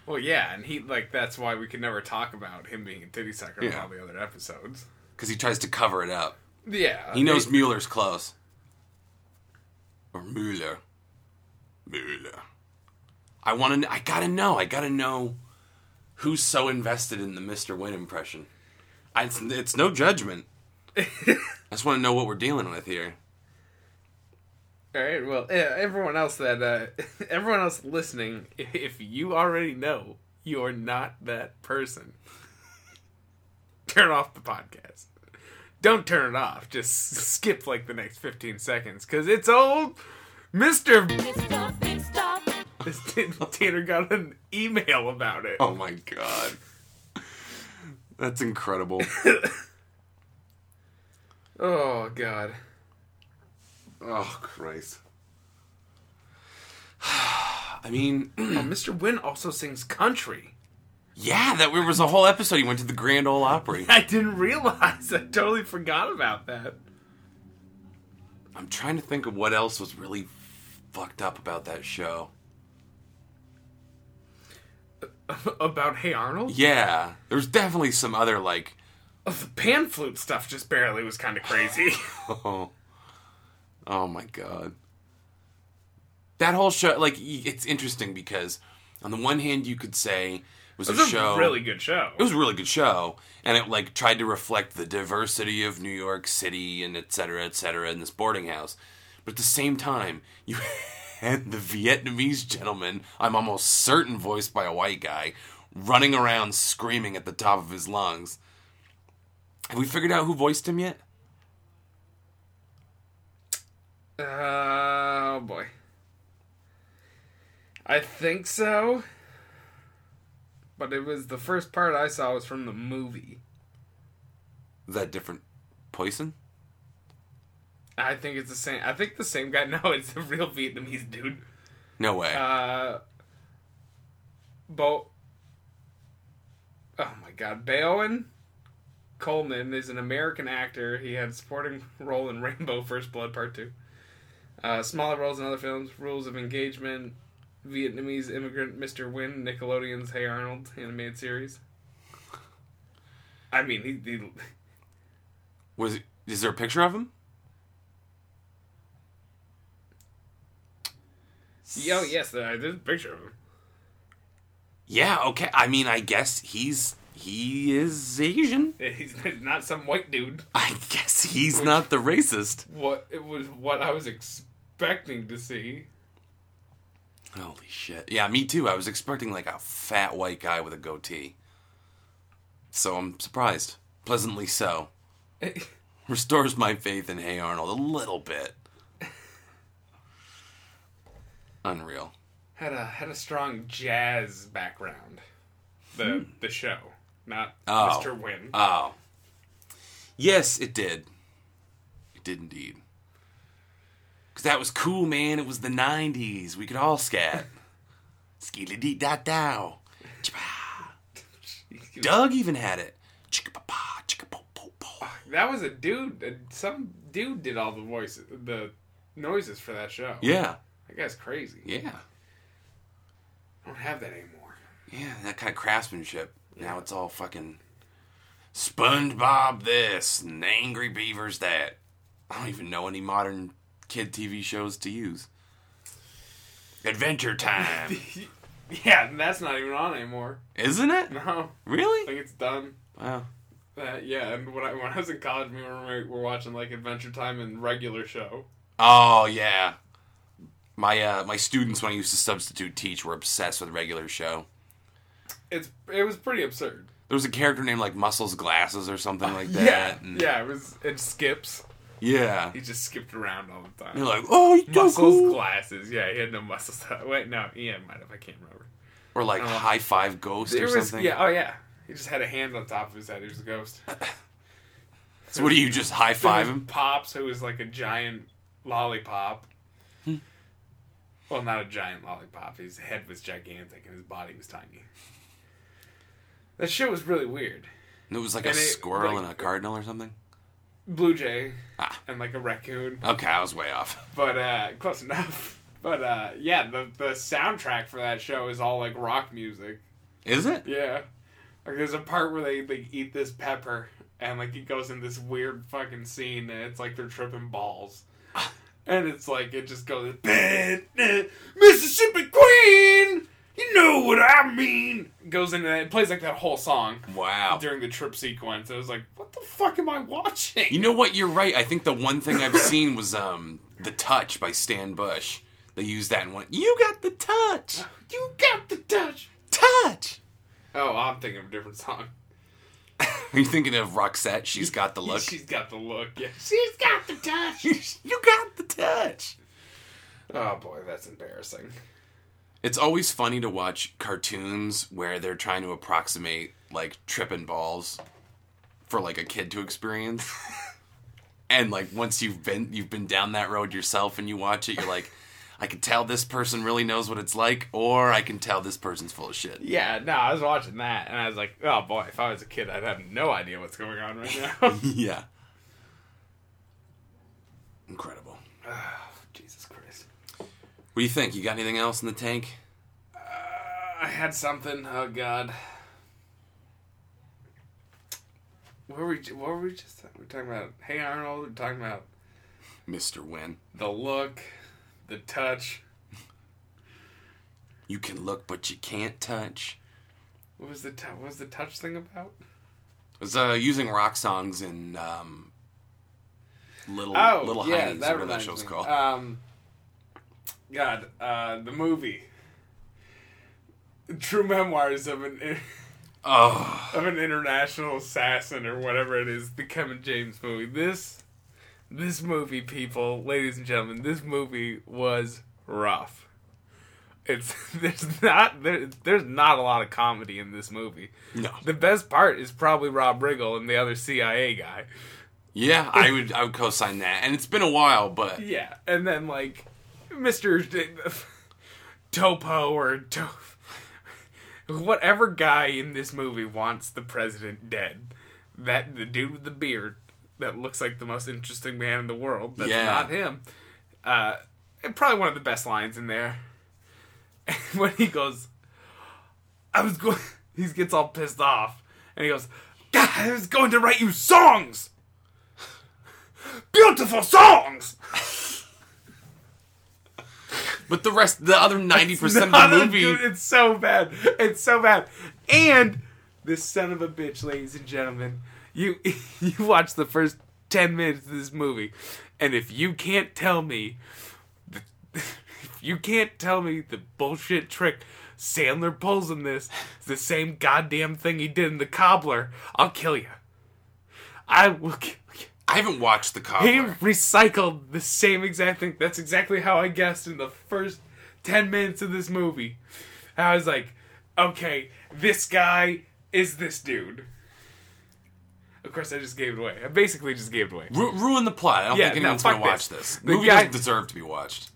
Well, yeah, and he like that's why we can never talk about him being a titty sucker in Yeah. all the other episodes. Because he tries to cover it up. Yeah, He knows Mueller's close. Or Mueller. Mueller. I want to. I gotta know. I gotta know who's so invested in the Mister Wynn impression. I, it's, it's no judgment. I just want to know what we're dealing with here. All right. Well, yeah, everyone else that uh, everyone else listening, i- if you already know you are not that person, turn off the podcast. Don't turn it off. Just skip like the next fifteen seconds because it's old Mister. Tanner got an email about it. Oh my god, that's incredible. Oh God. oh Christ. I mean, Oh, Mr. Wynn also sings country. yeah, that was a whole episode. He went to the Grand Ole Opry. I didn't realize. I totally forgot about that. I'm trying to think of what else was really fucked up about that show. About Hey Arnold. Yeah, there's definitely some other like, Oh, the pan flute stuff just barely was kind of crazy. oh, oh my god. That whole show, like, y- it's interesting because on the one hand, you could say it was, it a, was show, a really good show. it was a really good show, and it like tried to reflect the diversity of New York City and et cetera, et cetera, in this boarding house. But at the same time, you had the Vietnamese gentleman, I'm almost certain voiced by a white guy, running around screaming at the top of his lungs. Have we figured out who voiced him yet? Uh, oh boy. I think so. But it was the first part I saw was from the movie. Is that different? Poison? I think it's the same. I think the same guy. No, it's the real Vietnamese dude. No way. Uh, Bo. Oh my God, Baowen Coleman is an American actor. He had a supporting role in Rainbow First Blood Part Two. Uh, smaller roles in other films: Rules of Engagement, Vietnamese Immigrant, Mr. Wynn, Nickelodeon's Hey Arnold animated series. I mean, he, he Was it, is there a picture of him? oh yes, there- there's a picture of him. Yeah, okay. I mean, I guess he's he is Asian. He's not some white dude. I guess he's not the racist. What it was, what I was expecting to see. Holy shit. Yeah, me too. I was expecting like a fat white guy with a goatee. So I'm surprised. Pleasantly so. Restores my faith in Hey Arnold a little bit. Unreal. had a had a strong jazz background. The the show, not Oh. Mr. Wynn. Oh. Yes, it did. It did indeed. Because that was cool, man. It was the 90s. We could all scat. Skidly dee da dow. Doug even had it. Chicka-pa-pa, chicka-po-po-po. that was a dude. uh, Some dude did all the voices, the noises for that show. Yeah. that guy's crazy. Yeah. I don't have that anymore. Yeah, that kind of craftsmanship. Now it's all fucking SpongeBob this and Angry Beavers that. I don't even know any modern kid TV shows to use. Adventure Time. Yeah, and that's not even on anymore. Isn't it? No, I Really? think it's done. Wow. Uh, yeah, and when I when I was in college, me and my roommate were watching like Adventure Time and Regular Show. Oh yeah. My uh, my students when I used to substitute teach were obsessed with regular show. It's it was pretty absurd. There was a character named like Muscles Glasses or something like that. and- Uh, yeah, it was. It skips. yeah. He just skipped around all the time. You're like, oh, you muscles, cool. glasses. Yeah, he had no muscles. Wait, no, Ian might have. I can't remember. or like High Five Ghost Uh, There or was, something. yeah, oh yeah. He just had a hand on top of his head. He was a ghost. So what do you just high five There was him? Pops, who was like a giant lollipop. Hmm. well, not a giant lollipop. His head was gigantic and his body was tiny. That shit was really weird. And it was like a And it- squirrel like- and a cardinal or something. Blue jay Ah. and like a raccoon, Okay, I was way off. but uh, close enough. But uh, yeah, the the soundtrack for that show is all like rock music. Is it? Yeah. Like there's a part where they like eat this pepper and like it goes in this weird fucking scene and it's like they're tripping balls. And it's like it just goes Mississippi Queen You know what I mean goes into that it plays like that whole song Wow. during the trip sequence. I was like, What the fuck am I watching? You know what? You're right. I think the one thing I've seen was um the Touch by Stan Bush. They used that and went, "You got the touch, You got the touch touch." Oh, I'm thinking of a different song. Are you thinking of Roxette? She's got the look. She's got the look, yeah. She's got the touch. you got the touch. oh boy, that's embarrassing. It's always funny to watch cartoons where they're trying to approximate like tripping balls for like a kid to experience. and like once you've been you've been down that road yourself and you watch it, you're like, I can tell this person really knows what it's like, or I can tell this person's full of shit. Yeah, no, I was watching that and I was like, oh boy, if I was a kid, I'd have no idea what's going on right now. yeah. Incredible. Jesus Christ. What do you think? You got anything else in the tank? I had something. Oh God. What were we? ju- What were we just? We were talking about. Hey Arnold. We We're talking about Mr. Wynn. the look, the touch. You can look but you can't touch. What was the tou- what was the touch thing about? was uh, using rock songs in um, little Oh, little yeah, Heinies, that whatever that reminds show's me. called. Um, God, uh, the movie. True Memoirs of an oh, of an international assassin or whatever it is, the Kevin James movie. This this movie, people, ladies and gentlemen, this movie was rough. It's there's not there, there's not a lot of comedy in this movie. No. The best part is probably Rob Riggle and the other CIA guy. yeah, I would I would co-sign that. And it's been a while, but Yeah, and then like Mr. Topo or to- whatever guy in this movie wants the president dead. That the dude with the beard that looks like the most interesting man in the world. That's Yeah. not him. Uh, and probably one of the best lines in there when he goes, I was going. He gets all pissed off, and he goes, "God, I was going to write you songs, beautiful songs." but the rest, the other ninety percent Not of a the movie, good- it's so bad. It's so bad. And this son of a bitch, ladies and gentlemen, you you watch the first ten minutes of this movie, and if you can't tell me, if you can't tell me the bullshit trick Sandler pulls in this is the same goddamn thing he did in The Cobbler, I'll kill you. I will kill you. I haven't watched the He cobbler. recycled the same exact thing. That's exactly how I guessed in the first 10 minutes of this movie. And I was like, okay, this guy is this dude. Of course, I just gave it away. I basically just gave it away. Ru- ruin the plot. I don't Yeah, think no, anyone's fuck gonna watch this. this. The movie guy- doesn't deserve to be watched.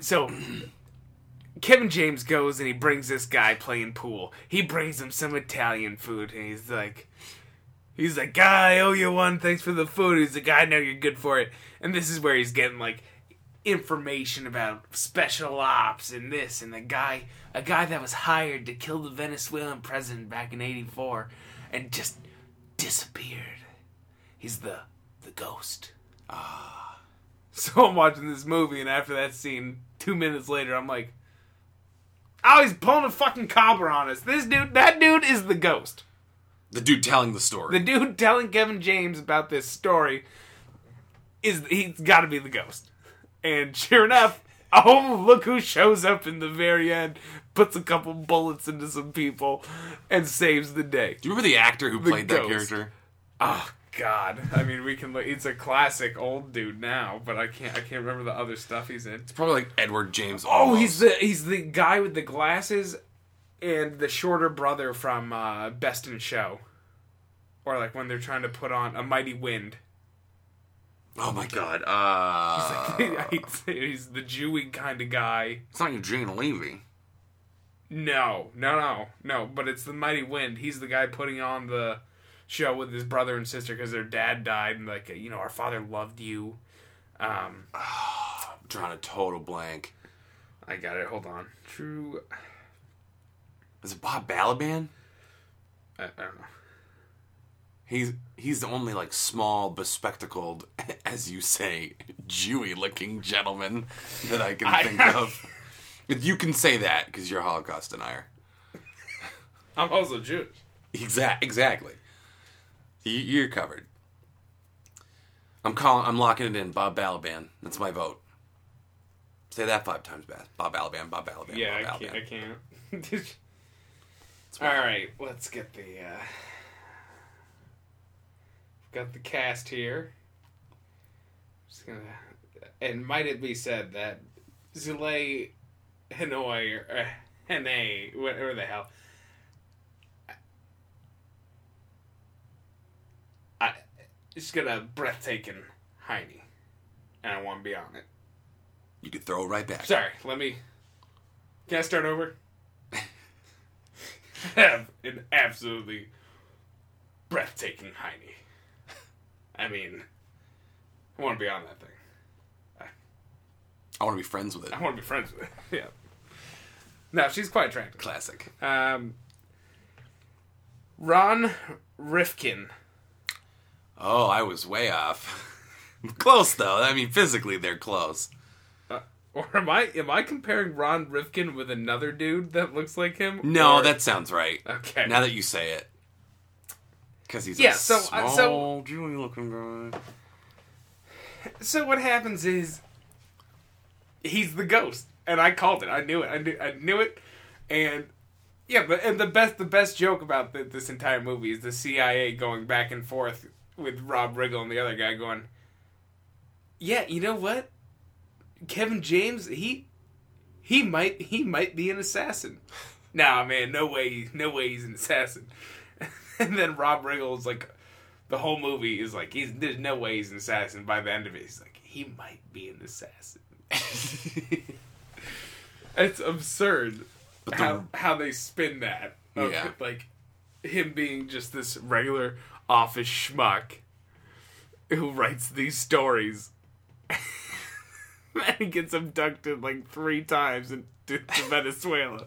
So, Kevin James goes and he brings this guy playing pool. He brings him some Italian food, and he's like, he's like, "Ah, I owe you one. Thanks for the food. He's like, I know you're good for it. And this is where he's getting like information about special ops and this and the guy, a guy that was hired to kill the Venezuelan president back in '84, and just disappeared. He's the the ghost. So I'm watching this movie, and after that scene, two minutes later, I'm like, Oh, he's pulling a fucking cobbler on us. This dude, that dude is the ghost. The dude telling the The story. dude telling Kevin James about this story is he's got to be the ghost. And sure enough, oh look who shows up in the very end, puts a couple bullets into some people, and saves the day. Do you remember the actor who played that ghost. character? Oh God! I mean, we can. look It's a classic old dude now, but I can't. I can't remember the other stuff he's in. Probably like Edward James. Oh, almost. he's the he's the guy with the glasses and the shorter brother from uh, Best in Show, or like when they're trying to put on a Mighty Wind. Oh my god. Uh, he's, he's the Jewy kind of guy. it's not Eugene Levy. No, no, no, no. But it's the Mighty Wind. He's the guy putting on the show with his brother and sister because their dad died and like you know our father loved you. Um, I'm drawing a total blank. I got it. Hold on. True. Is it Bob Balaban? I, I don't know. He's he's the only like small, bespectacled, as you say, Jewy-looking gentleman that I can think of. You can say that because you're a Holocaust denier. I'm also Jewish. Exact, exactly. You- You're covered. I'm calling. I'm locking it in. Bob Balaban. That's my vote. Say that five times, Beth. Bob Balaban. Bob Balaban. Yeah, I Bob can't. I Balaban. can't. All right, let's get the. Uh... Got the cast here. Just gonna, and might it be said that Zulay Hanoi or uh, Hene, whatever the hell. I, it's gonna breathtaking Heine, and I want to be on it. You could throw it right back. Sorry, let me. Can I start over? Have an absolutely breathtaking Heine. I mean, I want to be on that thing. I want to be friends with it. I want to be friends with it. yeah. No, she's quite attractive. Classic. Um, Ron Rifkin. Oh, I was way off. close though. I mean, physically they're close. Or am I am I comparing Ron Rifkin with another dude that looks like him? No, Or- that sounds right. Okay. Now that you say it, because he's Yeah, a so, small, uh, so- Jewy-looking guy. So what happens is he's the ghost, and I called it. I knew it. I knew. I knew it. And yeah, but and the best the best joke about th this entire movie is the CIA going back and forth with Rob Riggle and the other guy going, yeah, you know what, Kevin James he he might he might be an assassin. Nah, man, no way, no way he's an assassin. and then Rob Riggle's like, the whole movie is like he's there's no way he's an assassin. By the end of it, he's like he might be an assassin. it's absurd how how they spin that. Of, Yeah. like him being just this regular office schmuck who writes these stories. and he gets abducted like three times into to Venezuela.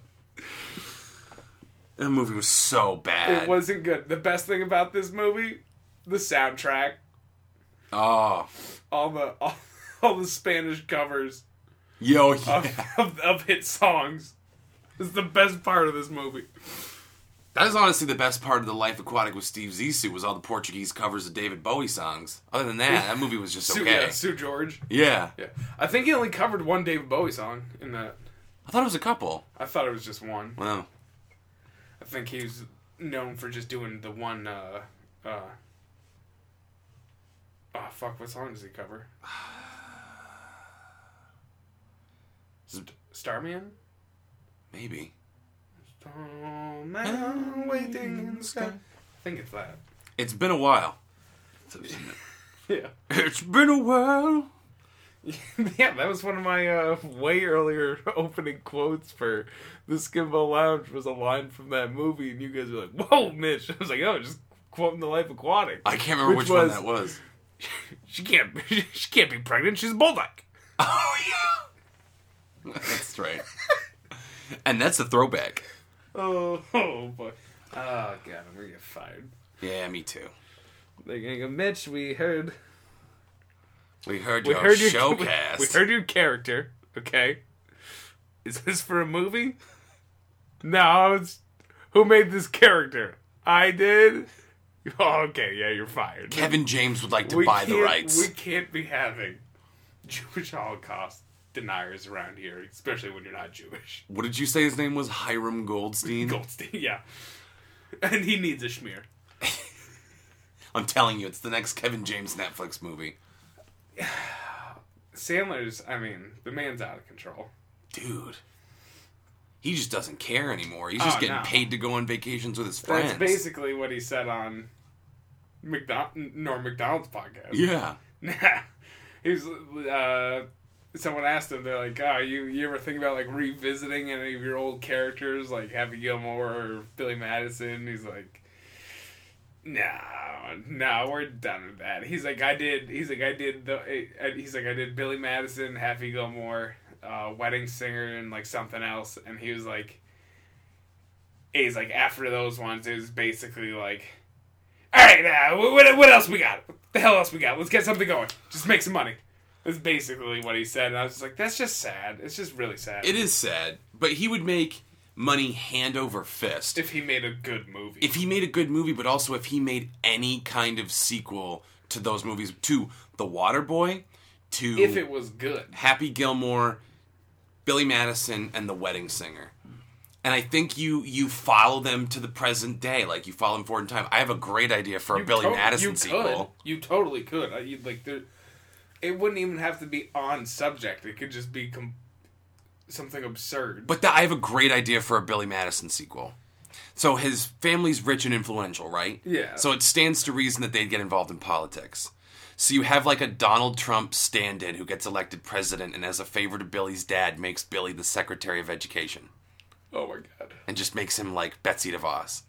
That movie was so bad. It wasn't good. The best thing about this movie, the soundtrack, Oh, all the all, all the Spanish covers yo, of, yeah. of, of hit songs. It's the best part of this movie. That is honestly the best part of the Life Aquatic with Steve Zissou was all the Portuguese covers of David Bowie songs. Other than that, that movie was just Sue, okay. yeah, Sue George. Yeah, Yeah, I think he only covered one David Bowie song in that. I thought it was a couple. I thought it was just one. Wow. I think he was known for just doing the one. uh uh Oh fuck! What song does he cover? St- Starman. Maybe. Starman waiting in the sky. I think it's that. It's been a while. Yeah. It's been a while. Yeah, that was one of my uh, way earlier opening quotes for the Skimbo Lounge was a line from that movie, and you guys were like, "Whoa, Mitch!" I was like, "Oh, just quoting the Life Aquatic." I can't remember which, one was- that was. She can't. She can't be pregnant. She's a bulldog. Oh yeah. that's right. and that's a throwback. Oh, oh boy. Oh god, I'm gonna get fired. Yeah, me too. They're gonna go, Mitch. We heard. We heard We your heard your showcast. We, we heard your character. Okay. Is this for a movie? No, I was. Who made this character? I did. Oh, okay, yeah, you're fired. Kevin James would like to We buy the can't- rights. We can't be having Jewish Holocaust deniers around here, especially when you're not Jewish. What did you say his name was? Hiram Goldstein? Goldstein, yeah. And he needs a schmear. I'm telling you, it's the next Kevin James Netflix movie. Sandler's, I mean, the man's out of control. Dude. He just doesn't care anymore. He's just Oh, getting no. paid to go on vacations with his That's friends. basically what he said on McDonald Norm McDonald's podcast. Yeah. Yeah. he was uh, someone asked him, they're like, Oh, you you ever think about like revisiting any of your old characters like Happy Gilmore or Billy Madison? He's like no, no, we're done with that. He's like, I did. He's like, I did the. eh, He's like, I did Billy Madison, Happy Gilmore, uh, Wedding Singer, and like something else. And he was like, he's like, after those ones, it was basically like, all right, uh, what, what, what else we got? What the hell else we got? Let's get something going. Just make some money. That's basically what he said, and I was just like, that's just sad. It's just really sad. It is sad, but he would make money hand over fist. if he made a good movie, if he made a good movie, but also if he made any kind of sequel to those movies, to The Waterboy, to if it was good, Happy Gilmore, Billy Madison, and The Wedding Singer. And I think you you follow them to the present day, like you follow them forward in time. I have a great idea for a Billy to- Madison you sequel. Could. You totally could. I- You'd, like there, it wouldn't even have to be on subject. It could just be com- something absurd. But th- I have a great idea for a Billy Madison sequel. So his family's rich and influential, right? Yeah. So it stands to reason that they'd get involved in politics. So you have like a Donald Trump stand in who gets elected president and, as a favor to Billy's dad, makes Billy the Secretary of Education oh my god, and just makes him like Betsy DeVos.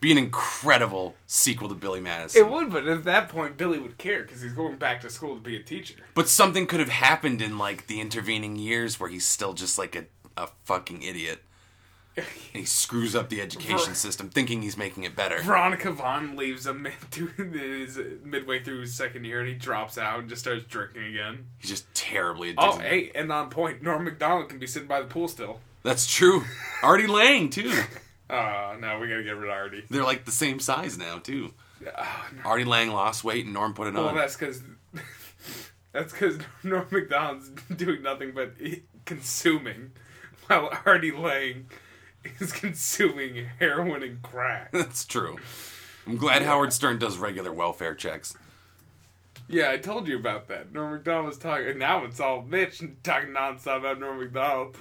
Be an incredible sequel to Billy Madison. it would. But at that point, Billy would care because he's going back to school to be a teacher. But something could have happened in like the intervening years where he's still just like a, a fucking idiot. And he screws up the education system thinking he's making it better. Veronica Vaughn leaves him mid- to his midway through his second year, and he drops out and just starts drinking again. He's just terribly addicted. Oh, hey, and on point, Norm Macdonald can be sitting by the pool still. That's true. Artie Lang, too. Uh, no, we gotta get rid of Artie. They're like the same size now, too. Artie Lang lost weight and Norm put it Oh, Well, on. that's because that's because Norm Macdonald's doing nothing but e- consuming, while Artie Lang is consuming heroin and crack. That's true. I'm glad Howard Stern does regular welfare checks. yeah, I told you about that. Norm Macdonald was talking, and now it's all Mitch talking nonstop about Norm Macdonald.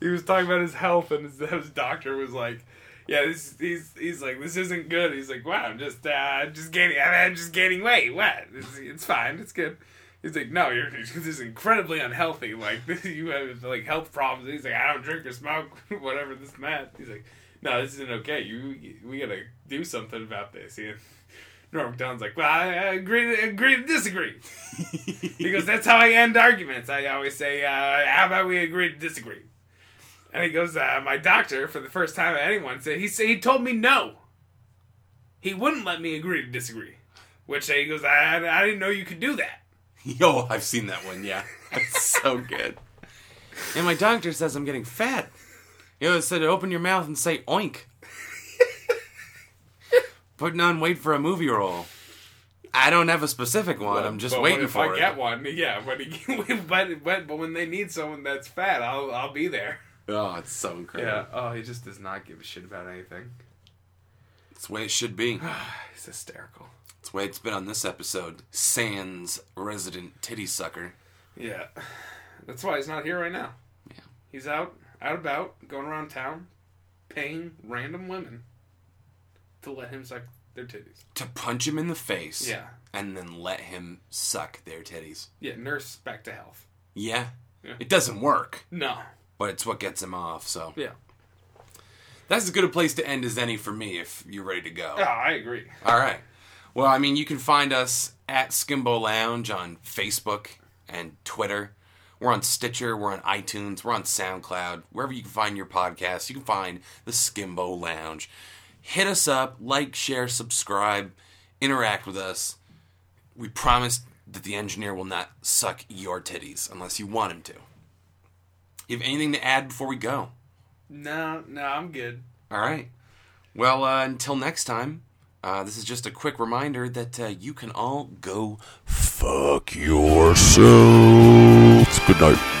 He was talking about his health, and his, his doctor was like. Yeah, this he's he's like this isn't good. He's like, wow, I'm just uh, just gaining, I'm just gaining weight. What? It's, it's fine. It's good. He's like, no, you're this is incredibly unhealthy. Like this, you have like health problems. He's like, I don't drink or smoke, whatever this and that. He's like, no, this isn't okay. You, we gotta do something about this. And Norm Macdonald's like, well, I, I agree, to, agree to disagree. he goes, that's how I end arguments. I always say, uh, how about we agree to disagree? And he goes, uh, my doctor, for the first time anyone said, he said he told me no. He wouldn't let me agree to disagree. Which uh, he goes, I, I didn't know you could do that. Yo, I've seen that one, yeah. That's so good. And my doctor says I'm getting fat. Yo, it said open your mouth and say oink. Putting on weight for a movie role. I don't have a specific one. I'm just But waiting if for I it. get one, yeah. But, he, but but but when they need someone that's fat, I'll I'll be there. Oh, it's so incredible. Yeah. Oh, he just does not give a shit about anything. It's the way it should be. He's hysterical. It's the way it's been on this episode. Sans resident titty sucker. Yeah. That's why he's not here right now. Yeah. He's out out about going around town, paying random women to let him suck their titties. To punch him in the face. Yeah. And then let him suck their titties. Yeah. Nurse back to health. Yeah. Yeah. It doesn't work, No. but it's what gets him off, so. Yeah. That's as good a place to end as any for me if you're ready to go. Oh, I agree. All right. Well, I mean, you can find us at Skimbo Lounge on Facebook and Twitter. We're on Stitcher, we're on iTunes, we're on SoundCloud, wherever you can find your podcast, you can find the Skimbo Lounge. Hit us up, like, share, subscribe, interact with us. We promise that the engineer will not suck your titties unless you want him to. You have anything to add before we go? No, no, I'm good. All right. Well, uh, until next time, uh, this is just a quick reminder that uh, you can all go fuck yourselves. Good night.